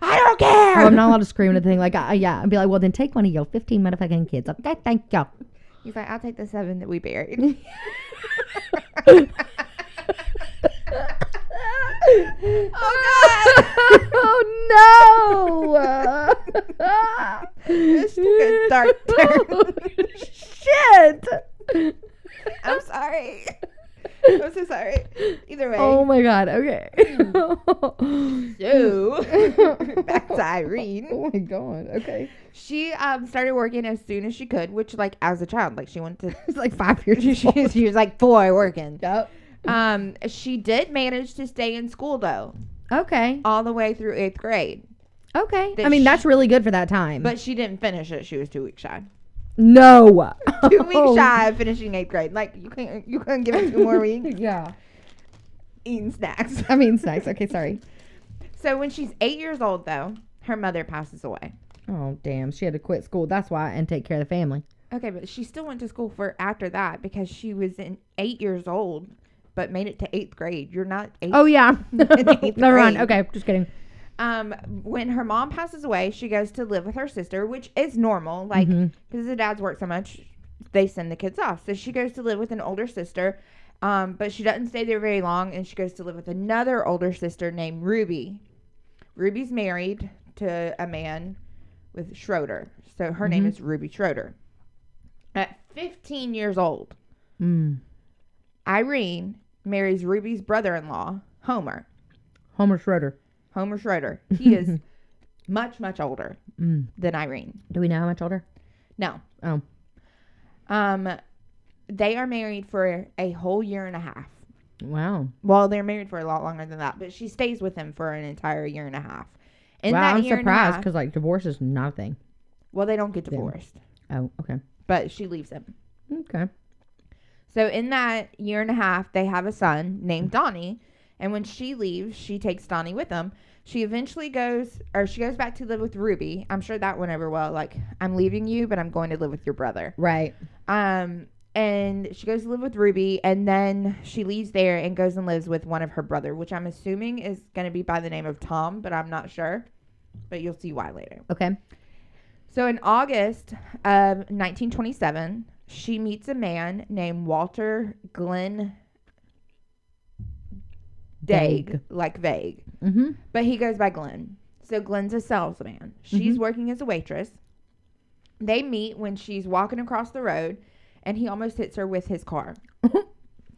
Speaker 1: don't care.
Speaker 2: "Oh, I'm not allowed to scream at the thing. Like, I, yeah, I'd be like, well, then take one of your fifteen motherfucking kids. Okay, thank you.
Speaker 1: He's like, I'll take the seven that we buried. oh God.
Speaker 2: oh no!
Speaker 1: This
Speaker 2: Oh,
Speaker 1: took a dark turn.
Speaker 2: Shit!
Speaker 1: I'm sorry. I'm so sorry. Either way.
Speaker 2: Oh my god. Okay.
Speaker 1: So, back to Irene.
Speaker 2: Oh my god. Okay.
Speaker 1: She um started working as soon as she could, which like as a child, like she went to
Speaker 2: It's like five years
Speaker 1: she, she was like four working.
Speaker 2: Yep.
Speaker 1: Um, she did manage to stay in school though,
Speaker 2: Okay.
Speaker 1: all the way through eighth grade,
Speaker 2: Okay.
Speaker 1: That
Speaker 2: I mean,
Speaker 1: she-
Speaker 2: that's really good for that time.
Speaker 1: but she didn't finish it. She was two weeks shy.
Speaker 2: no. Oh.
Speaker 1: Two weeks shy of finishing eighth grade. Like you can't, you couldn't give it two more weeks
Speaker 2: yeah.
Speaker 1: eating snacks.
Speaker 2: I mean, snacks. Okay, sorry.
Speaker 1: So when she's eight years old though, her mother passes away.
Speaker 2: Oh damn, she had to quit school. That's why, and take care of the family.
Speaker 1: Okay, but she still went to school for after that because she was in eight years old, but made it to eighth grade. You're not eight.
Speaker 2: Oh yeah.
Speaker 1: Eighth
Speaker 2: Never mind.
Speaker 1: grade.
Speaker 2: Okay, just kidding.
Speaker 1: Um, when her mom passes away, she goes to live with her sister, which is normal, like because
Speaker 2: Mhm.
Speaker 1: the dads work so much, they send the kids off. So she goes to live with an older sister, um, but she doesn't stay there very long, and she goes to live with another older sister named Ruby. Ruby's married to a man with Schroeder, so her name
Speaker 2: Mhm.
Speaker 1: is Ruby Schroeder. At 15 years old,
Speaker 2: Mm.
Speaker 1: Irene marries Ruby's brother-in-law, Homer.
Speaker 2: Homer Schroeder.
Speaker 1: Homer Schroeder. He is much, much older
Speaker 2: Mm.
Speaker 1: than Irene.
Speaker 2: Do we know how much older?
Speaker 1: No.
Speaker 2: Oh.
Speaker 1: Um, they are married for a whole year and a half.
Speaker 2: Wow.
Speaker 1: Well, they're married for a lot longer than that, but she stays with him for an entire year and a half. In
Speaker 2: wow,
Speaker 1: that
Speaker 2: I'm
Speaker 1: year and a
Speaker 2: surprised
Speaker 1: half-
Speaker 2: because like divorce is not a thing.
Speaker 1: well, they don't get divorced,
Speaker 2: Oh, okay.
Speaker 1: but she leaves him.
Speaker 2: Okay.
Speaker 1: So in that year and a half, they have a son named Donnie, and when she leaves, she takes Donnie with them. She eventually goes, or she goes back to live with Ruby. I'm sure that went over well. Like, I'm leaving you, but I'm going to live with your brother.
Speaker 2: Right.
Speaker 1: Um, and she goes to live with Ruby, and then she leaves there and goes and lives with one of her brother, which I'm assuming is going to be by the name of Tom, but I'm not sure. But you'll see why later.
Speaker 2: Okay.
Speaker 1: So in August of 1927, she meets a man named Walter Glenn Daig,
Speaker 2: Daig.
Speaker 1: like vague,
Speaker 2: Mm-hmm.
Speaker 1: but he goes by Glenn. So Glenn's a salesman. She's
Speaker 2: Mm-hmm.
Speaker 1: working as a waitress. They meet when she's walking across the road, and he almost hits her with his car.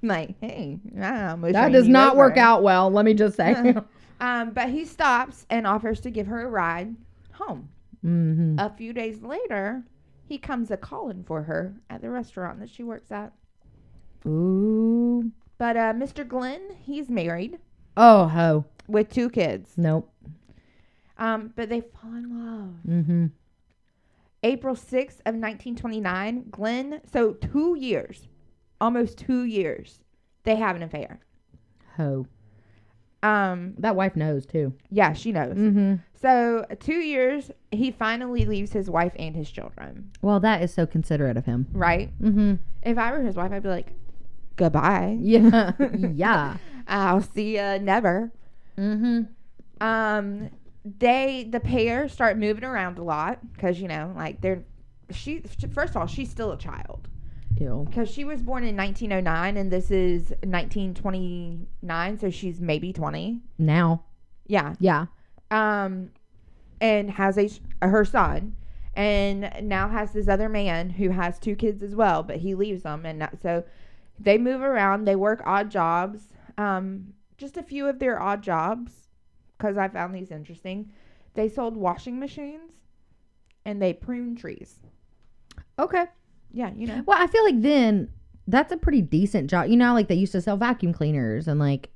Speaker 1: like, hey, I almost
Speaker 2: That
Speaker 1: ran
Speaker 2: does
Speaker 1: you
Speaker 2: not work
Speaker 1: over."
Speaker 2: out well. Let me just say.
Speaker 1: Um, but he stops and offers to give her a ride home.
Speaker 2: mm-hmm.
Speaker 1: A few days later, he comes a calling for her at the restaurant that she works at.
Speaker 2: Ooh.
Speaker 1: But uh, Mr. Glenn, he's married
Speaker 2: Oh ho.
Speaker 1: with two kids.
Speaker 2: Nope.
Speaker 1: Um, but they fall in love.
Speaker 2: Mm-hmm.
Speaker 1: April 6th of 1929, Glenn, so two years, almost two years, they have an affair.
Speaker 2: Ho.
Speaker 1: Um,
Speaker 2: That wife knows too.
Speaker 1: yeah, she knows.
Speaker 2: Mm-hmm.
Speaker 1: So two years, he finally leaves his wife and his children,
Speaker 2: Well, that is so considerate of him.
Speaker 1: right?
Speaker 2: Mm-hmm.
Speaker 1: If I were his wife, I'd be like, goodbye.
Speaker 2: Yeah. yeah.
Speaker 1: I'll see ya never.
Speaker 2: Mm-hmm.
Speaker 1: um they the pair start moving around a lot because you know like they're she first of all she's still a child
Speaker 2: Ew.
Speaker 1: because she was born in 1909 and this is 1929 so she's maybe 20
Speaker 2: Now.
Speaker 1: yeah
Speaker 2: Yeah.
Speaker 1: um and has a her son and now has this other man who has two kids as well but he leaves them and that, so they move around they work odd jobs um just a few of their odd jobs because i found these interesting they sold washing machines and they prune trees
Speaker 2: Okay.
Speaker 1: yeah you know
Speaker 2: Well, I feel like then that's a pretty decent job. You know, like they used to sell vacuum cleaners and like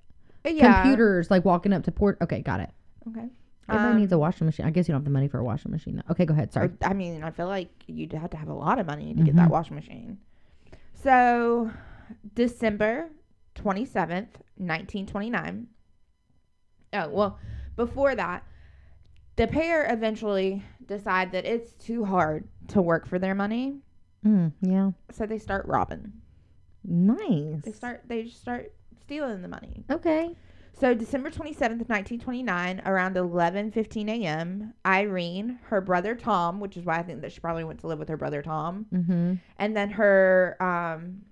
Speaker 1: But yeah
Speaker 2: computers, like walking up to port. Okay, got it.
Speaker 1: okay
Speaker 2: Everybody
Speaker 1: Um,
Speaker 2: needs a washing machine. I guess you don't have the money for a washing machine. Though. Okay, go ahead. Sorry.
Speaker 1: Or- I mean, I feel like you'd have to have a lot of money to get that washing machine. So, December 27th, 1929. Oh, well, before that, the pair eventually decide that it's too hard to work for their money.
Speaker 2: Mm, yeah.
Speaker 1: So, they start robbing. They
Speaker 2: Nice.
Speaker 1: start, they just start stealing the money.
Speaker 2: Okay.
Speaker 1: So December 27th, 1929, around 11:15 a.m., Irene, her brother Tom, which is why I think that she probably went to live with her brother Tom,
Speaker 2: Mm-hmm.
Speaker 1: and then her um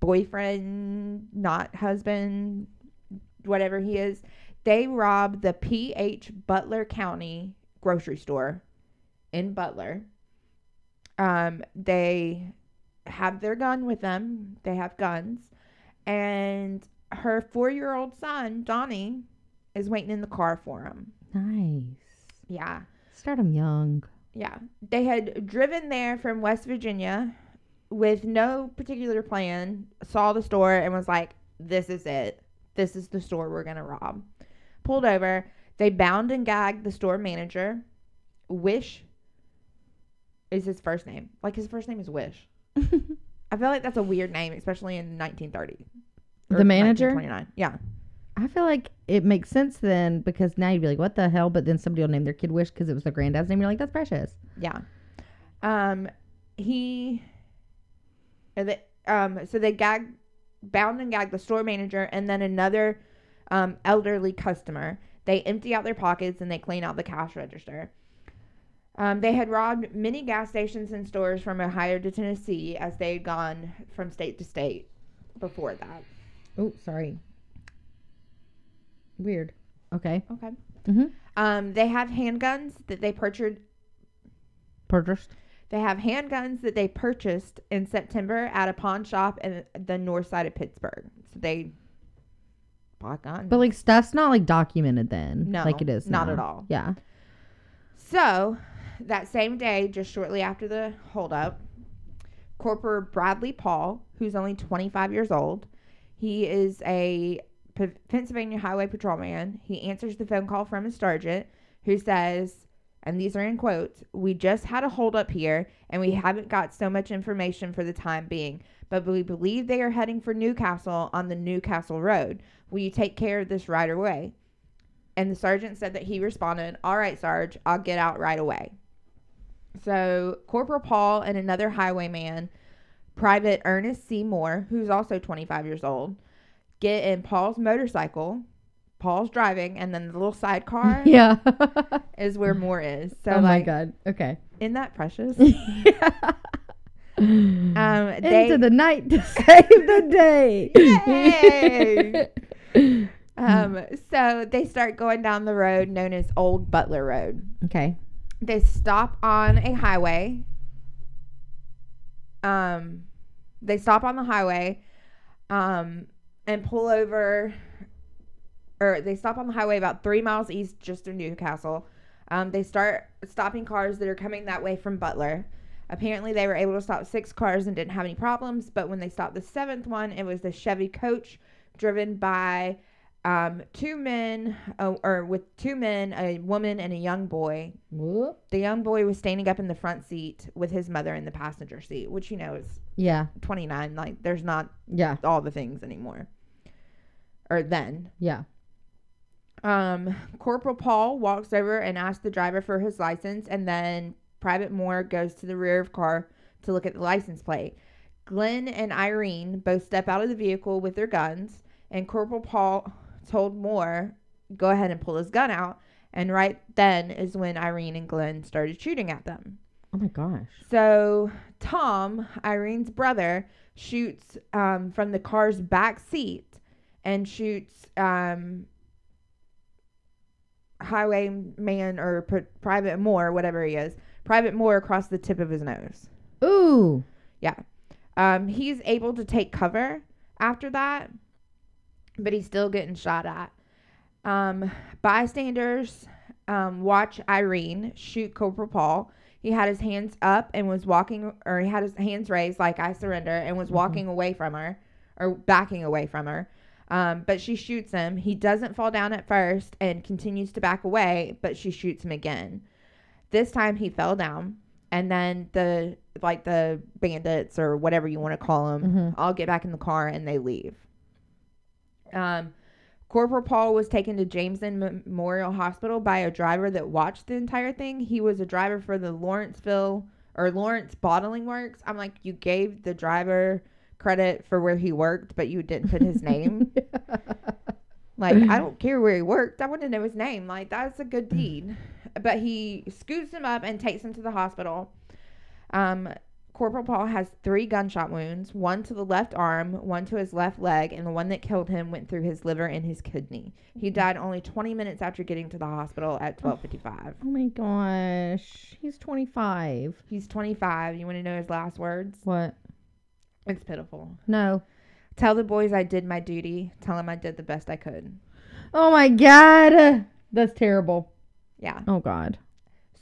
Speaker 1: boyfriend, not husband, whatever he is, they rob the PH Butler County grocery store in Butler. Um they have their gun with them. They have guns. And her 4-year-old son, Donnie, is waiting in the car for him.
Speaker 2: Nice.
Speaker 1: Yeah.
Speaker 2: Start them young.
Speaker 1: Yeah. They had driven there from West Virginia with no particular plan, saw the store, and was like, this is it. This is the store we're going to rob. Pulled over. They bound and gagged the store manager. Wish is his first name. Like, his first name is Wish. I feel like that's a weird name, especially in 1930.
Speaker 2: The
Speaker 1: Or
Speaker 2: manager?
Speaker 1: 1929. Yeah.
Speaker 2: I feel like it makes sense then because now you'd be like, what the hell? But then somebody will name their kid Wish because it was their granddad's name. You're like, that's precious.
Speaker 1: Yeah. Um, he. and They, um, so they gagged, bound and gagged the store manager and then another um, elderly customer. They empty out their pockets and they clean out the cash register. Um, they had robbed many gas stations and stores from Ohio to Tennessee as they had gone from state to state before that.
Speaker 2: Oh, sorry. Weird. Okay.
Speaker 1: Okay.
Speaker 2: Mhm.
Speaker 1: Um, they have handguns that they purchased
Speaker 2: Purchased.
Speaker 1: They have handguns that they purchased in September at a pawn shop in the north side of Pittsburgh. So they bought guns.
Speaker 2: But like stuff's not like documented then.
Speaker 1: No,
Speaker 2: Like it is.
Speaker 1: not
Speaker 2: now.
Speaker 1: at all.
Speaker 2: Yeah.
Speaker 1: so that same day, just shortly after the holdup, Corporal Bradley Paul, who's only 25 years old, he is a P- Pennsylvania Highway Patrolman. He answers the phone call from a sergeant who says, and these are in quotes, we just had a holdup here and we haven't got so much information for the time being, but we believe they are heading for Newcastle on the Newcastle Road. Will you take care of this right away? And the sergeant said that he responded, All right, Sarge, I'll get out right away. So Corporal Paul and another highwayman, Private Ernest C. Moore, who's also 25 years old, get in Paul's motorcycle. Paul's driving, and then the little sidecar
Speaker 2: Yeah.
Speaker 1: is where Moore is. So,
Speaker 2: oh my
Speaker 1: like,
Speaker 2: god. Okay.
Speaker 1: isn't that precious?
Speaker 2: Um,
Speaker 1: Um,
Speaker 2: Into
Speaker 1: they,
Speaker 2: the night to save the day.
Speaker 1: Yay! um,
Speaker 2: Mm.
Speaker 1: so they start going down the road known as Old Butler Road.
Speaker 2: okay.
Speaker 1: They stop on a highway. Um, they stop on the highway, um, and pull over, or they stop on the highway about three miles east, just of Newcastle. Um, they start stopping cars that are coming that way from Butler. Apparently, they were able to stop six cars and didn't have any problems. But when they stopped the seventh one, it was the Chevy coach driven by um, two men, uh, or with two men, a woman, and a young boy.
Speaker 2: Whoop.
Speaker 1: The young boy was standing up in the front seat with his mother in the passenger seat, which you know is
Speaker 2: Yeah.
Speaker 1: 29. Like, there's not
Speaker 2: Yeah.
Speaker 1: all the things anymore, or then.
Speaker 2: Yeah.
Speaker 1: Um, Corporal Paul walks over and asks the driver for his license, and then Private Moore goes to the rear of car to look at the license plate. Glenn and Irene both step out of the vehicle with their guns, and Corporal Paul told Moore, "Go ahead and pull his gun out." And right then is when Irene and Glenn started shooting at them.
Speaker 2: Oh my gosh.
Speaker 1: So Tom, Irene's brother, shoots um, from the car's back seat and shoots um, highwayman or pr- Private Moore, whatever he is, Private Moore across the tip of his nose.
Speaker 2: Ooh.
Speaker 1: Um, he's able to take cover after that, but he's still getting shot at. Um, bystanders um, watch Irene shoot Corporal Paul. He had his hands up and was walking, or he had his hands raised like I surrender, and was walking away from her or backing away from her. Um, but she shoots him. He doesn't fall down at first and continues to back away, but she shoots him again. This time he fell down, and then the like the bandits or whatever you want to call them
Speaker 2: Mhm.
Speaker 1: all get back in the car and they leave. Um, Corporal Paul was taken to Jameson Memorial Hospital by a driver that watched the entire thing. He was a driver for the Lawrenceville or Lawrence Bottling Works. I'm like, you gave the driver credit for where he worked, but you didn't put his name. Like, I don't care where he worked. I want to know his name. Like, that's a good deed. But he scoots him up and takes him to the hospital. Um, Corporal Paul has three gunshot wounds one to the left arm, one to his left leg, and the one that killed him went through his liver and his kidney. He died only 20 minutes after getting to the hospital at 12:55.
Speaker 2: Oh my gosh. He's 25.
Speaker 1: He's 25. You want to know his last words?
Speaker 2: What?
Speaker 1: It's pitiful.
Speaker 2: No.
Speaker 1: Tell the boys I did my duty. Tell them I did the best I could.
Speaker 2: Oh my god. That's terrible.
Speaker 1: Yeah.
Speaker 2: Oh god.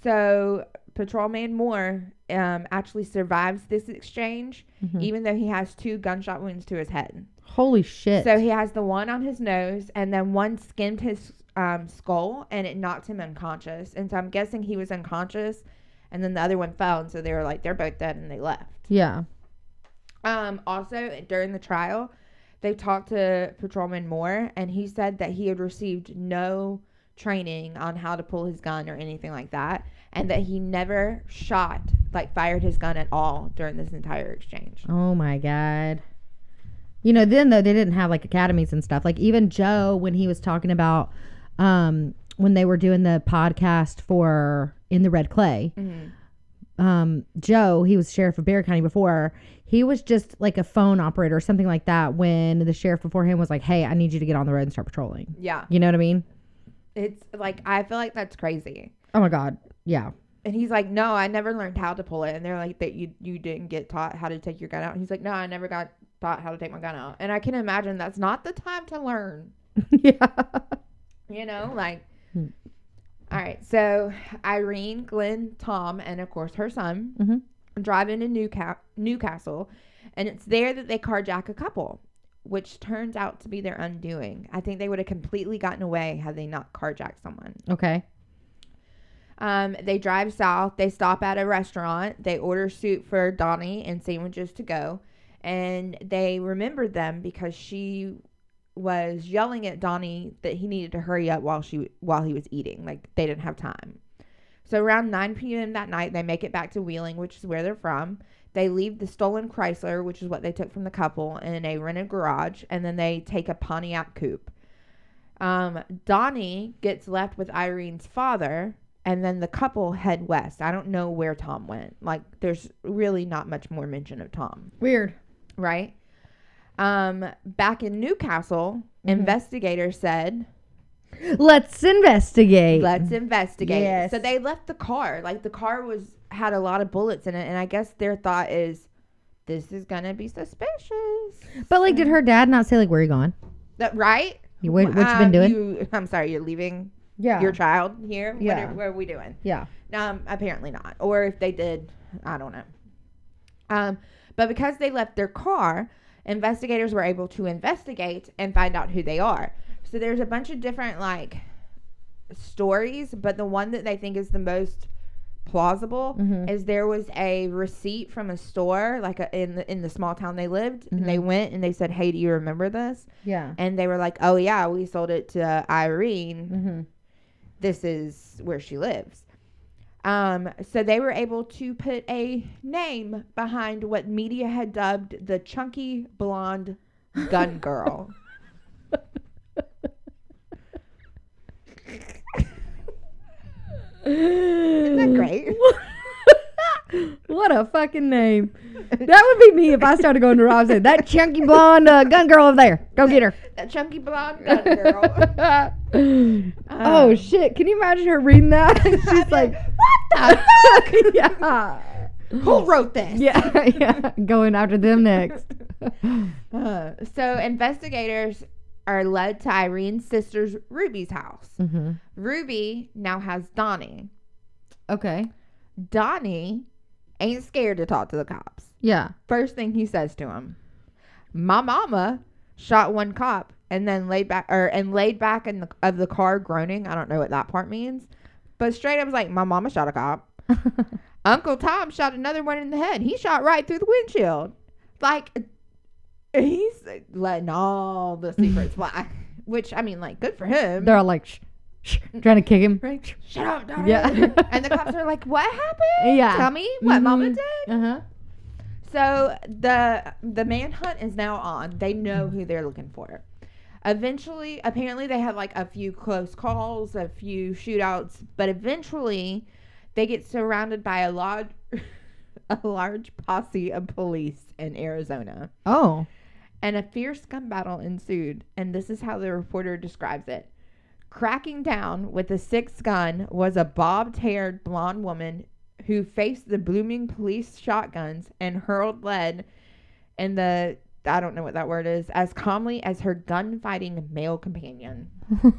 Speaker 1: So patrolman Moore um, actually survives this exchange,
Speaker 2: Mhm.
Speaker 1: even though he has two gunshot wounds to his head.
Speaker 2: Holy shit.
Speaker 1: So he has the one on his nose, and then one skimmed his um, skull, and it knocked him unconscious. And so I'm guessing he was unconscious, and then the other one fell, and so they were like, they're both dead, and they left.
Speaker 2: yeah.
Speaker 1: Um, also, during the trial, they talked to Patrolman Moore, and he said that he had received no training on how to pull his gun or anything like that, and that he never shot, like fired his gun at all during this entire exchange.
Speaker 2: Oh my god. You know, then though they didn't have like academies and stuff. Like even Joe when he was talking about um when they were doing the podcast for In the Red Clay, um Joe, he was sheriff of Bear County before. He was just like a phone operator or something like that when the sheriff before him was like, "Hey, I need you to get on the road and start patrolling."
Speaker 1: Yeah,
Speaker 2: You know what I mean?
Speaker 1: it's like I feel like that's crazy.
Speaker 2: Oh my god. Yeah.
Speaker 1: And he's like, "No, I never learned how to pull it." And they're like, "That you you didn't get taught how to take your gun out." And he's like, "No, I never got taught how to take my gun out." And I can imagine that's not the time to learn.
Speaker 2: yeah.
Speaker 1: you know like
Speaker 2: Hmm.
Speaker 1: All right. So Irene, Glenn, Tom, and of course her son
Speaker 2: Mhm.
Speaker 1: drive into Newca- Newcastle, and it's there that they carjack a couple, which turns out to be their undoing. I think they would have completely gotten away had they not carjacked someone.
Speaker 2: Okay.
Speaker 1: Um, they drive south. They stop at a restaurant. They order soup for Donnie and sandwiches to go. And they remembered them because she was yelling at Donnie that he needed to hurry up while she while he was eating. Like they didn't have time. So around 9 p.m. that night, they make it back to Wheeling, which is where they're from. They leave the stolen Chrysler, which is what they took from the couple, in a rented garage, and then they take a Pontiac coupe. Um, Donnie gets left with Irene's father, and then the couple head west. I don't know where Tom went. Like, there's really not much more mention of Tom
Speaker 2: Weird.
Speaker 1: right? Um, back in Newcastle,
Speaker 2: Mhm.
Speaker 1: investigators said,
Speaker 2: Let's investigate.
Speaker 1: "Let's investigate."
Speaker 2: Yes.
Speaker 1: So they left the car. Like the car was had a lot of bullets in it, and I guess their thought is, "This is gonna be suspicious."
Speaker 2: but like, did her dad not say like where you going?
Speaker 1: That right?
Speaker 2: You- What, what you been
Speaker 1: Um,
Speaker 2: doing?
Speaker 1: you- I'm sorry, you're leaving
Speaker 2: yeah.
Speaker 1: your child here. What
Speaker 2: Yeah.
Speaker 1: are, what are we doing?
Speaker 2: yeah.
Speaker 1: Um, apparently not. Or if they did, I don't know. Um, but because they left their car, investigators were able to investigate and find out who they are. So there's a bunch of different like stories, but the one that they think is the most plausible
Speaker 2: Mhm.
Speaker 1: is there was a receipt from a store like a, in the in the small town they lived
Speaker 2: Mhm.
Speaker 1: and they went and they said hey do you remember this
Speaker 2: Yeah.
Speaker 1: and they were like oh yeah we sold it to irene
Speaker 2: Mm-hmm.
Speaker 1: this is where she lives. Um, so they were able to put a name behind what media had dubbed the chunky blonde gun girl.
Speaker 2: Isn't
Speaker 1: that great?
Speaker 2: what a fucking name. That would be me if I started going to Rob and said, That chunky blonde uh, gun girl over there. Go get her.
Speaker 1: that chunky blonde gun girl.
Speaker 2: oh
Speaker 1: Um,
Speaker 2: shit. Can you imagine her reading that? She's Uh. like, What the fuck? yeah.
Speaker 1: Who wrote this?
Speaker 2: Yeah. Yeah. Going after them next.
Speaker 1: Uh, so investigators are led to Irene's sister's Ruby's house.
Speaker 2: mm-hmm.
Speaker 1: Ruby now has Donnie.
Speaker 2: Okay.
Speaker 1: Donnie ain't scared to talk to the cops.
Speaker 2: Yeah.
Speaker 1: First thing he says to him, "My mama shot one cop and then laid back or and laid back in the of the car groaning. I don't know what that part means, but straight up was like, "My mama shot a cop. Uncle Tom shot another one in the head. He shot right through the windshield. Like he's letting all the secrets fly. Which I mean, like, good for him.
Speaker 2: They're all like, shh, shh, trying to kick him.
Speaker 1: Right? Shut up, Donnie.
Speaker 2: Yeah.
Speaker 1: and the cops are like, "What happened?
Speaker 2: Yeah.
Speaker 1: Tell me what mama
Speaker 2: Mhm.
Speaker 1: did."
Speaker 2: Uh huh.
Speaker 1: So the the manhunt is now on. They know who they're looking for. Eventually, apparently they have like a few close calls, a few shootouts, but eventually they get surrounded by a large a large posse of police in Arizona.
Speaker 2: Oh.
Speaker 1: And a fierce gun battle ensued, and this is how the reporter describes it. Cracking down with a six gun was a bobbed haired blonde woman who faced the blooming police shotguns and hurled lead in the I don't know what that word is as calmly as her gunfighting male companion.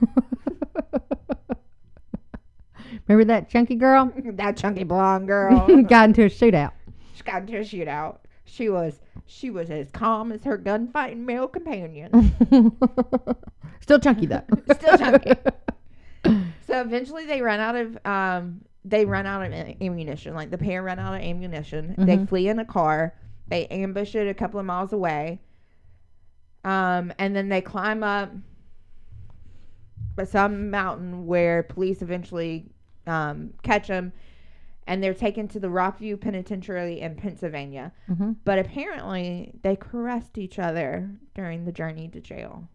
Speaker 2: Remember that chunky girl?
Speaker 1: that chunky blonde
Speaker 2: Got
Speaker 1: girl.
Speaker 2: into a shootout.
Speaker 1: she got into a shootout. She was she was as calm as her gunfighting male companion.
Speaker 2: Still chunky though.
Speaker 1: Still chunky. So eventually they run out of um they run out of am- ammunition. Like the pair run out of ammunition. They
Speaker 2: Mhm.
Speaker 1: flee in a car. They ambush it a couple of miles away. Um and then they climb up some mountain where police eventually um, catch them and they're taken to the Rockview Penitentiary in Pennsylvania.
Speaker 2: Mhm.
Speaker 1: But apparently they caressed each other during the journey to jail.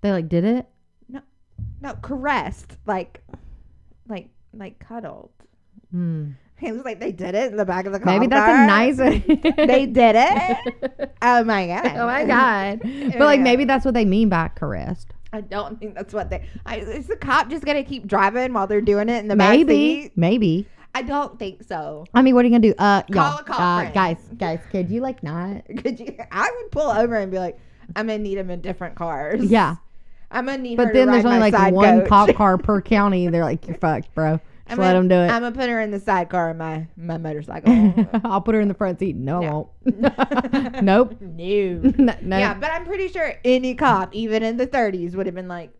Speaker 2: They like did it.
Speaker 1: No, caressed. Like like like cuddled.
Speaker 2: Mm.
Speaker 1: It was like they did it in the back of the car.
Speaker 2: Maybe that's a nice.
Speaker 1: They did it.
Speaker 2: oh
Speaker 1: Oh my god.
Speaker 2: my god! But like
Speaker 1: Yeah.
Speaker 2: maybe that's what they mean by caressed.
Speaker 1: I don't think that's what they. I, is the cop just gonna keep driving while they're doing it in the back
Speaker 2: Maybe,
Speaker 1: seat?
Speaker 2: maybe.
Speaker 1: I don't think so.
Speaker 2: I mean, what are you gonna do? Uh,
Speaker 1: Call
Speaker 2: y'all,
Speaker 1: a cop
Speaker 2: uh,
Speaker 1: friend.
Speaker 2: guys, guys, could you like not?
Speaker 1: Could you? I would pull over and be like, I'm gonna need them in different cars.
Speaker 2: Yeah,
Speaker 1: I'm gonna need. her
Speaker 2: But
Speaker 1: to
Speaker 2: then there's
Speaker 1: ride
Speaker 2: only
Speaker 1: my
Speaker 2: like
Speaker 1: side
Speaker 2: one
Speaker 1: coach.
Speaker 2: cop car per county. They're like, you're fucked, bro. Just
Speaker 1: I'm
Speaker 2: let
Speaker 1: gonna-
Speaker 2: them do it.
Speaker 1: I'm gonna put her in the sidecar of my my motorcycle.
Speaker 2: I'll put her in the front seat. No,
Speaker 1: No.
Speaker 2: I won't. nope.
Speaker 1: no.
Speaker 2: N- no.
Speaker 1: Yeah, but I'm pretty sure any cop, even in the 30s, would have been like,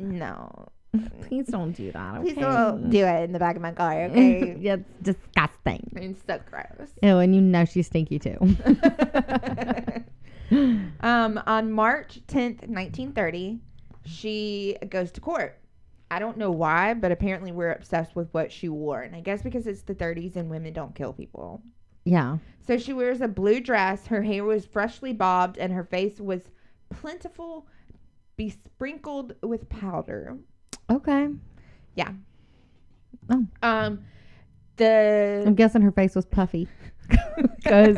Speaker 1: "No,
Speaker 2: Please don't do that.
Speaker 1: please
Speaker 2: okay?
Speaker 1: don't do it in the back of my car, okay?"
Speaker 2: yeah, it's disgusting.
Speaker 1: it's so gross.
Speaker 2: Oh, and you know she's stinky too.
Speaker 1: um, on March 10th, 1930, she goes to court. I don't know why, but apparently we're obsessed with what she wore. And I guess because it's the 30s and women don't kill people.
Speaker 2: yeah.
Speaker 1: So she wears a blue dress, her hair was freshly bobbed, and her face was plentiful, besprinkled with powder.
Speaker 2: Okay.
Speaker 1: Um,
Speaker 2: I'm
Speaker 1: the
Speaker 2: guessing her face was puffy. Because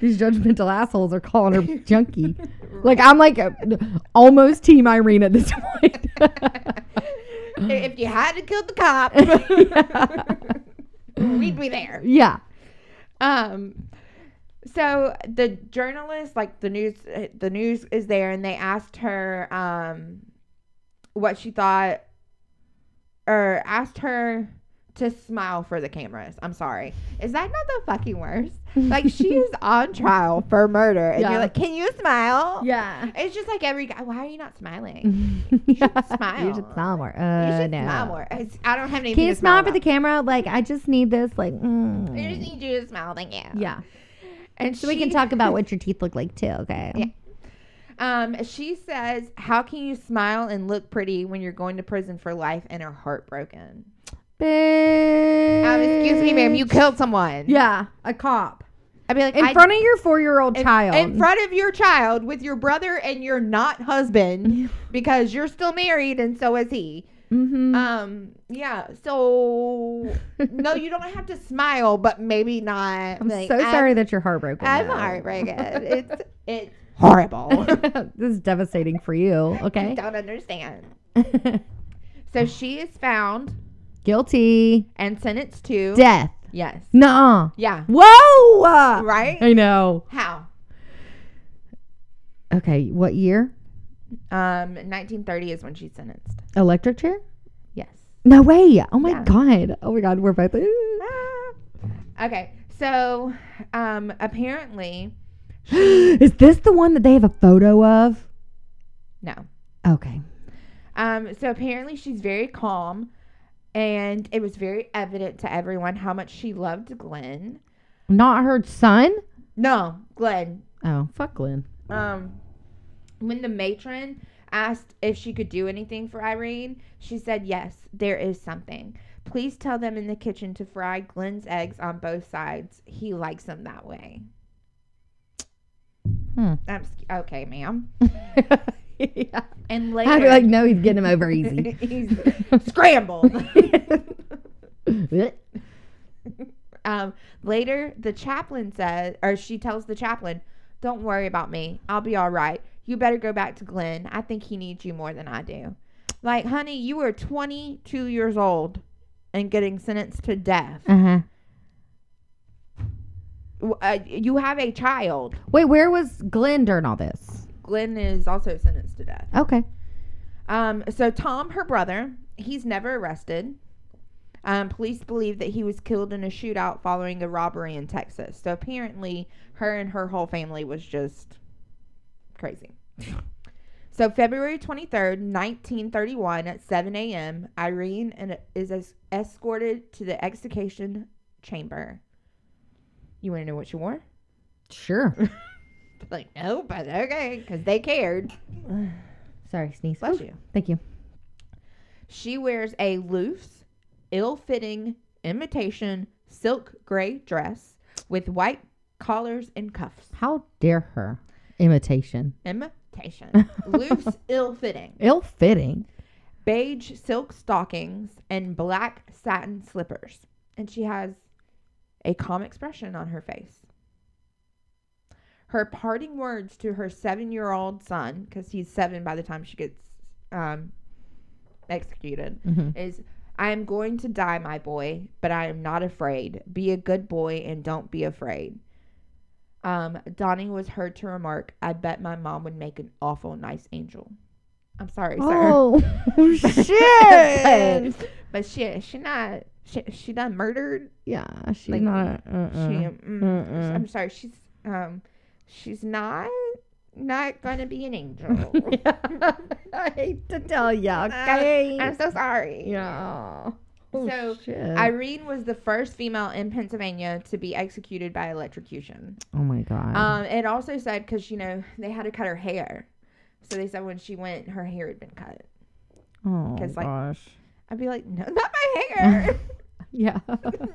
Speaker 2: these judgmental assholes are calling her junkie. Like, I'm like uh, almost Team Irene at this point.
Speaker 1: if you had to kill the cop, we'd be there.
Speaker 2: yeah.
Speaker 1: Um, so the journalist, like the news, the news is there, and they asked her um, what she thought, or asked her to smile for the cameras. I'm sorry, is that not the fucking worst? Like she is on trial for murder, and
Speaker 2: Yeah.
Speaker 1: you're like, can you smile?
Speaker 2: Yeah.
Speaker 1: It's just like every guy. Why are you not smiling?
Speaker 2: you
Speaker 1: smile.
Speaker 2: You should smile more.
Speaker 1: You
Speaker 2: Mm-hmm. Uh,
Speaker 1: should
Speaker 2: no.
Speaker 1: smile more. It's- I don't have anything.
Speaker 2: Can you
Speaker 1: to
Speaker 2: smile for the
Speaker 1: about.
Speaker 2: camera? Like, I just need this. Like,
Speaker 1: I just
Speaker 2: mm.
Speaker 1: need you to smile. Thank you.
Speaker 2: yeah.
Speaker 1: and
Speaker 2: So we can
Speaker 1: she-
Speaker 2: talk about what your teeth look like too. Okay.
Speaker 1: Yeah. Um, she says, "How can you smile and look pretty when you're going to prison for life and are heartbroken?"
Speaker 2: Bitch.
Speaker 1: Um, excuse me, ma'am, you killed someone.
Speaker 2: Yeah, a cop
Speaker 1: I'd be like,
Speaker 2: in
Speaker 1: I-
Speaker 2: front of your four-year-old
Speaker 1: in-
Speaker 2: child.
Speaker 1: in front of your child with your brother and your not husband because you're still married and so is he.
Speaker 2: Mm-hmm.
Speaker 1: Um, yeah. So no, you don't have to smile, but maybe not.
Speaker 2: I'm
Speaker 1: like,
Speaker 2: so sorry that you're heartbroken.
Speaker 1: I'm
Speaker 2: though.
Speaker 1: heartbroken. It's it's horrible.
Speaker 2: this is devastating for you.
Speaker 1: I
Speaker 2: Okay.
Speaker 1: don't understand. So she is found
Speaker 2: Guilty.
Speaker 1: and sentenced to
Speaker 2: Death.
Speaker 1: yes,
Speaker 2: Nuh-uh.
Speaker 1: yeah,
Speaker 2: Whoa.
Speaker 1: right.
Speaker 2: I know.
Speaker 1: How?
Speaker 2: Okay. What year?
Speaker 1: Um, 1930 is when she's sentenced.
Speaker 2: Electric chair?
Speaker 1: Yes.
Speaker 2: No way. Oh my
Speaker 1: Yeah. Ah.
Speaker 2: god. Oh my god. We're both.
Speaker 1: Okay. So, um, apparently,
Speaker 2: is this the one that they have a photo of?
Speaker 1: no.
Speaker 2: Okay.
Speaker 1: Um, so apparently she's very calm, and it was very evident to everyone how much she loved Glenn.
Speaker 2: Not her son.
Speaker 1: No, Glenn,
Speaker 2: Oh fuck, Glenn.
Speaker 1: um, when the matron asked if she could do anything for Irene, she said, Yes, there is something. Please tell them in the kitchen to fry Glenn's eggs on both sides. He likes them that way.
Speaker 2: Hmm.
Speaker 1: I'm sc- okay, ma'am.
Speaker 2: yeah.
Speaker 1: And
Speaker 2: I'd
Speaker 1: later,
Speaker 2: be like, no, he's getting him over easy.
Speaker 1: he's scrambled. um, later, the chaplain says, or she tells the chaplain, Don't worry about me. I'll be all right. You better go back to Glenn. I think he needs you more than I do. Like, honey, you were 22 years old and getting sentenced to death.
Speaker 2: uh-huh.
Speaker 1: W- Uh, you have a child.
Speaker 2: Wait, where was Glenn during all this?
Speaker 1: Glenn is also sentenced to death.
Speaker 2: Okay.
Speaker 1: Um, so, Tom, her brother, he's never arrested. Um, police believe that he was killed in a shootout following a robbery in Texas. So, apparently, her and her whole family was just crazy. so, February 23rd, 1931, at 7 a.m., Irene and- is es- escorted to the execution chamber. You want to know what she wore?
Speaker 2: Sure.
Speaker 1: Like, no, but okay, because they cared.
Speaker 2: Sorry, sneeze.
Speaker 1: Bless
Speaker 2: Ooh,
Speaker 1: you.
Speaker 2: Thank you.
Speaker 1: She wears a loose, ill fitting imitation silk gray dress with white collars and cuffs.
Speaker 2: How dare her? Imitation.
Speaker 1: Imitation. loose, ill fitting.
Speaker 2: Ill fitting.
Speaker 1: Beige silk stockings and black satin slippers. And she has a calm expression on her face. Her parting words to her seven year old son, because he's seven by the time she gets um, executed,
Speaker 2: hmm
Speaker 1: is I am going to die, my boy, but I am not afraid. Be a good boy and don't be afraid. Um, Donnie was heard to remark, I bet my mom would make an awful nice angel. I'm sorry, sir.
Speaker 2: Oh shit!
Speaker 1: but, but she, she not, she, she not murdered.
Speaker 2: yeah, she's
Speaker 1: Like,
Speaker 2: not. A, uh-uh.
Speaker 1: She, mm,
Speaker 2: Mm-mm.
Speaker 1: I'm sorry, she's, um, she's not, not gonna be an angel.
Speaker 2: Yeah. I hate to tell you. Okay.
Speaker 1: I'm so sorry.
Speaker 2: yeah. Oh,
Speaker 1: So,
Speaker 2: shit.
Speaker 1: Irene was the first female in Pennsylvania to be executed by electrocution.
Speaker 2: oh my god.
Speaker 1: Um, it also said because you know they had to cut her hair, so they said when she went, her hair had been cut.
Speaker 2: oh
Speaker 1: 'cause, like-
Speaker 2: gosh.
Speaker 1: I'd be like, no, not my hair,
Speaker 2: yeah.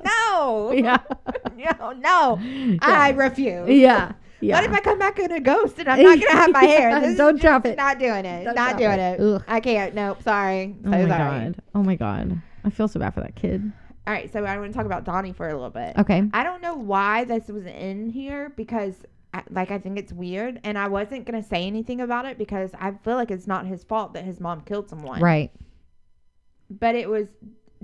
Speaker 1: no,
Speaker 2: yeah.
Speaker 1: no, no, I refuse.
Speaker 2: Yeah. Yeah.
Speaker 1: What if I come back in a ghost and I'm not gonna have my hair? This is
Speaker 2: Don't drop it.
Speaker 1: not doing it.
Speaker 2: Don't
Speaker 1: not
Speaker 2: drop
Speaker 1: doing it.
Speaker 2: it. Ugh.
Speaker 1: I can't. Nope. Sorry. So
Speaker 2: oh my
Speaker 1: sorry.
Speaker 2: god. Oh my god. I feel so bad for that kid.
Speaker 1: All right. So I want to talk about Donnie for a little bit.
Speaker 2: Okay.
Speaker 1: I don't know why this was in here because, I, like, I think it's weird, and I wasn't gonna say anything about it because I feel like it's not his fault that his mom killed someone.
Speaker 2: Right.
Speaker 1: But it was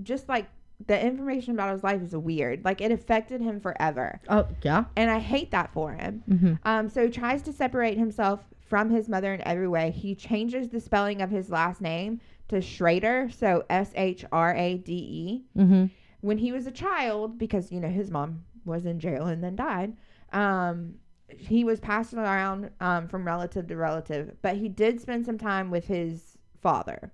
Speaker 1: just like the information about his life is weird. Like it affected him forever,
Speaker 2: Oh yeah.
Speaker 1: and I hate that for him.
Speaker 2: Mm-hmm.
Speaker 1: Um, so he tries to separate himself from his mother in every way. He changes the spelling of his last name to Schrader, so S H R A D E
Speaker 2: Mm-hmm.
Speaker 1: when he was a child, because you know his mom was in jail and then died, um, he was passed around um, from relative to relative. But he did spend some time with his father,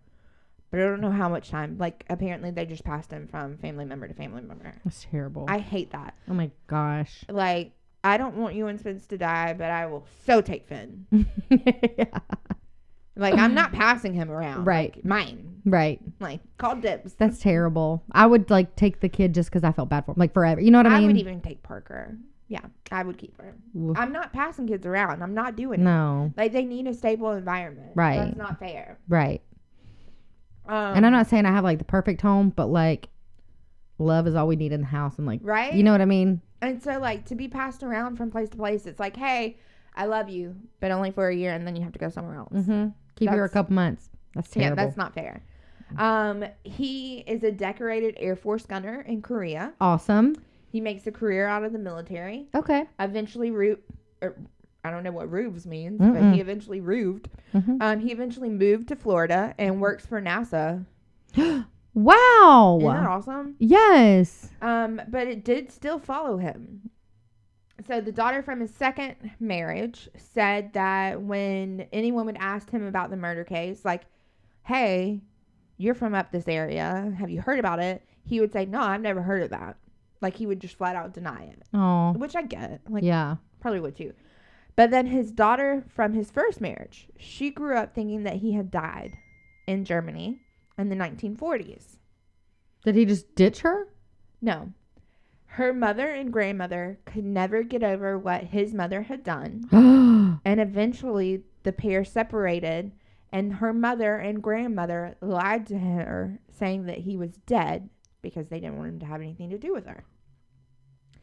Speaker 1: but I don't know how much time. Like apparently they just passed him from family member to family member.
Speaker 2: That's terrible.
Speaker 1: I hate that.
Speaker 2: oh my gosh.
Speaker 1: Like I don't want you and Spence to die, but I will so take Finn.
Speaker 2: yeah.
Speaker 1: Like I'm not passing him around.
Speaker 2: Right.
Speaker 1: Like, mine.
Speaker 2: Right.
Speaker 1: Like call dibs.
Speaker 2: That's terrible. I would like take the kid just because I felt bad for him, like forever. You know what I
Speaker 1: I would
Speaker 2: mean?
Speaker 1: even take Parker. Yeah, I would keep her.
Speaker 2: Oof.
Speaker 1: I'm not passing kids around. I'm not doing it.
Speaker 2: no.
Speaker 1: Like they need a stable environment.
Speaker 2: Right.
Speaker 1: That's not fair.
Speaker 2: Right.
Speaker 1: Um,
Speaker 2: and I'm not saying I have like the perfect home, but like love is all we need in the house, and like
Speaker 1: right.
Speaker 2: you know what I mean?
Speaker 1: And so like to be passed around from place to place, it's like, hey, I love you, but only for a year, and then you have to go somewhere else.
Speaker 2: Mm-hmm. Keep her a
Speaker 1: That's-
Speaker 2: couple months. That's
Speaker 1: Yeah,
Speaker 2: terrible.
Speaker 1: that's not fair. Um, he is a decorated Air Force gunner in Korea.
Speaker 2: awesome.
Speaker 1: He makes a career out of the military.
Speaker 2: Okay.
Speaker 1: Eventually, Rube, or, I don't know what roofs means, but
Speaker 2: Mm-mm.
Speaker 1: he eventually roofed.
Speaker 2: Mhm.
Speaker 1: Um, he eventually moved to Florida and works for NASA.
Speaker 2: Wow.
Speaker 1: Isn't that awesome?
Speaker 2: Yes.
Speaker 1: Um, but it did still follow him. So the daughter from his second marriage said that when anyone would ask him about the murder case, like, "Hey, you're from up this area. Have you heard about it?" He would say, "No, I've never heard of that." Like he would just flat out deny it,
Speaker 2: Oh.
Speaker 1: which I get. Like
Speaker 2: yeah.
Speaker 1: probably would too. But then his daughter from his first marriage, she grew up thinking that he had died in Germany in the 1940s.
Speaker 2: Did he just ditch her?
Speaker 1: No. Her mother and grandmother could never get over what his mother had done,
Speaker 2: oh
Speaker 1: and eventually the pair separated, and her mother and grandmother lied to her, saying that he was dead because they didn't want him to have anything to do with her.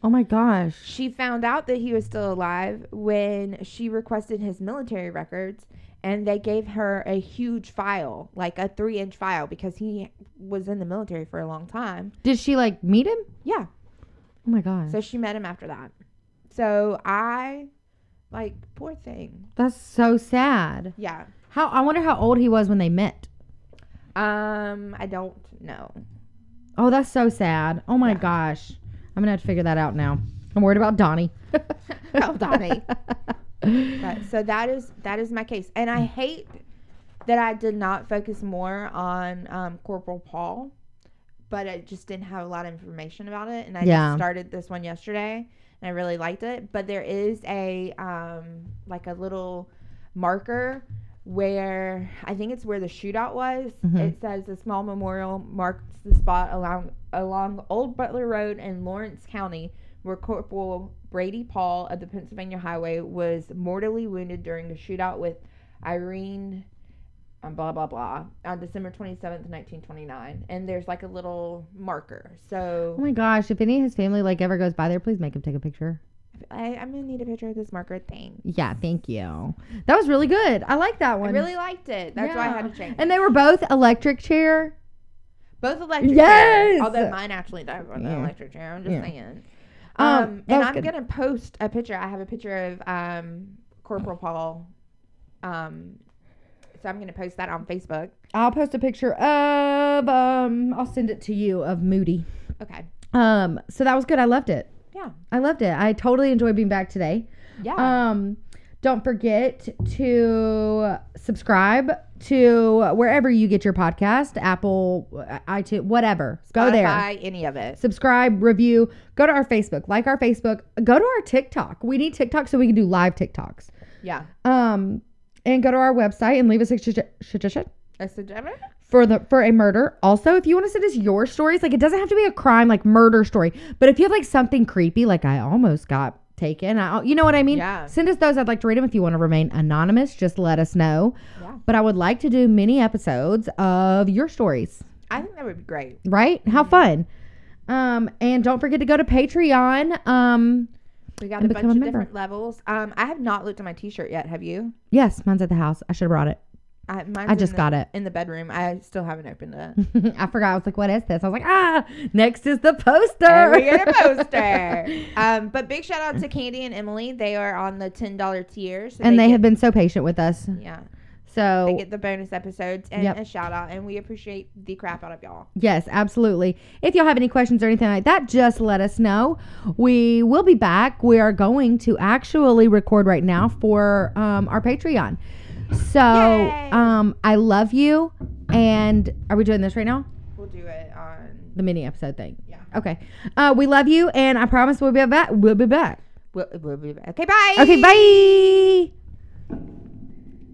Speaker 2: my gosh.
Speaker 1: She found out that he was still alive when she requested his military records, and they gave her a huge file, like a three inch file, because he was in the military for a long time.
Speaker 2: Did she like meet him?
Speaker 1: Yeah.
Speaker 2: Oh my gosh.
Speaker 1: So she met him after that. So I, like, poor thing.
Speaker 2: That's so sad.
Speaker 1: Yeah.
Speaker 2: How I wonder how old he was when they met.
Speaker 1: Um, I don't know.
Speaker 2: Oh, that's so sad. Oh my
Speaker 1: Yeah.
Speaker 2: gosh. I'm gonna have to figure that out now. I'm worried about Donnie. Oh
Speaker 1: Oh, Donnie. But, so that is that is my case, and I hate that I did not focus more on um, Corporal Paul, but I just didn't have a lot of information about it, and I
Speaker 2: Yeah.
Speaker 1: just started this one yesterday, and I really liked it. But there is a um, like a little marker where I think it's where the shootout was.
Speaker 2: Mhm.
Speaker 1: It says a small memorial marks the spot along along Old Butler Road in Lawrence County where Corporal Brady Paul of the Pennsylvania Highway was mortally wounded during a shootout with Irene um, blah blah blah on December 27th, 1929. And there's like a little marker.
Speaker 2: Oh
Speaker 1: So
Speaker 2: my gosh. If any of his family like ever goes by there, please make him take a picture.
Speaker 1: I, I'm gonna need a picture of this marker thing.
Speaker 2: Yeah, thank you. That was really good. I like that
Speaker 1: I
Speaker 2: one.
Speaker 1: really liked it. That's why I had
Speaker 2: Yeah.
Speaker 1: to change. it.
Speaker 2: And they were both electric chair.
Speaker 1: Both electric
Speaker 2: Yes!
Speaker 1: chairs. Although mine actually died from the
Speaker 2: Yeah.
Speaker 1: electric chair. I'm just
Speaker 2: Yeah.
Speaker 1: saying.
Speaker 2: Um,
Speaker 1: Um,
Speaker 2: that
Speaker 1: and
Speaker 2: was
Speaker 1: I'm
Speaker 2: good.
Speaker 1: gonna post a picture. I have a picture of um, Corporal Paul. Um, so I'm gonna post that on Facebook.
Speaker 2: I'll post a picture of um I'll send it to you of Moody.
Speaker 1: Okay.
Speaker 2: Um so that was good. I loved it.
Speaker 1: Yeah.
Speaker 2: I loved it. I totally enjoyed being back today.
Speaker 1: Yeah.
Speaker 2: Um don't forget to subscribe to wherever you get your podcast, Apple, uh, iTunes, whatever. Go oh, there.
Speaker 1: Spotify, Any of it.
Speaker 2: subscribe, review, go to our Facebook, like our Facebook, go to our TikTok. We need TikTok so we can do live TikToks.
Speaker 1: Yeah.
Speaker 2: Um, and go to our website and leave us a suggestion
Speaker 1: A suggestion?
Speaker 2: for the for a murder. Also, if you want to send us your stories, like it doesn't have to be a crime, like murder story, but if you have like something creepy, like I almost got taken, I, you know what I mean?
Speaker 1: Yeah.
Speaker 2: Send us those. I'd like to read them. If you want to remain anonymous, just let us know.
Speaker 1: Yeah.
Speaker 2: But I would like to do many episodes of your stories
Speaker 1: I think that would be great.
Speaker 2: right? How
Speaker 1: Mm-hmm.
Speaker 2: fun. Um, and don't forget to go to Patreon. Um,
Speaker 1: We got
Speaker 2: And
Speaker 1: a
Speaker 2: become
Speaker 1: bunch
Speaker 2: a
Speaker 1: of
Speaker 2: member.
Speaker 1: different levels. Um, I have not looked at my T-shirt yet. Have you?
Speaker 2: yes, mine's at the house. I should have brought it.
Speaker 1: I, mine's
Speaker 2: I just got it.
Speaker 1: in the bedroom. I still haven't opened it.
Speaker 2: I forgot. I was like, what is this? I was like, ah, next is the poster.
Speaker 1: And we get a poster. um, but big shout out to Candy and Emily. They are on the ten dollar tier. So
Speaker 2: and they, have
Speaker 1: get,
Speaker 2: been so patient with us.
Speaker 1: yeah, they
Speaker 2: So,
Speaker 1: get the bonus episodes and
Speaker 2: Yep.
Speaker 1: a shout out, and we appreciate the crap out of y'all.
Speaker 2: yes, absolutely. If y'all have any questions or anything like that, just let us know. We will be back. We are going to actually record right now for um, our Patreon. So,
Speaker 1: Yay.
Speaker 2: um, I love you. And are we doing this right now?
Speaker 1: We'll do it on.
Speaker 2: the mini episode thing.
Speaker 1: Yeah.
Speaker 2: Okay. Uh, we love you, and I promise we'll be back. We'll be back.
Speaker 1: We'll, we'll be back. Okay, bye.
Speaker 2: Okay. Bye.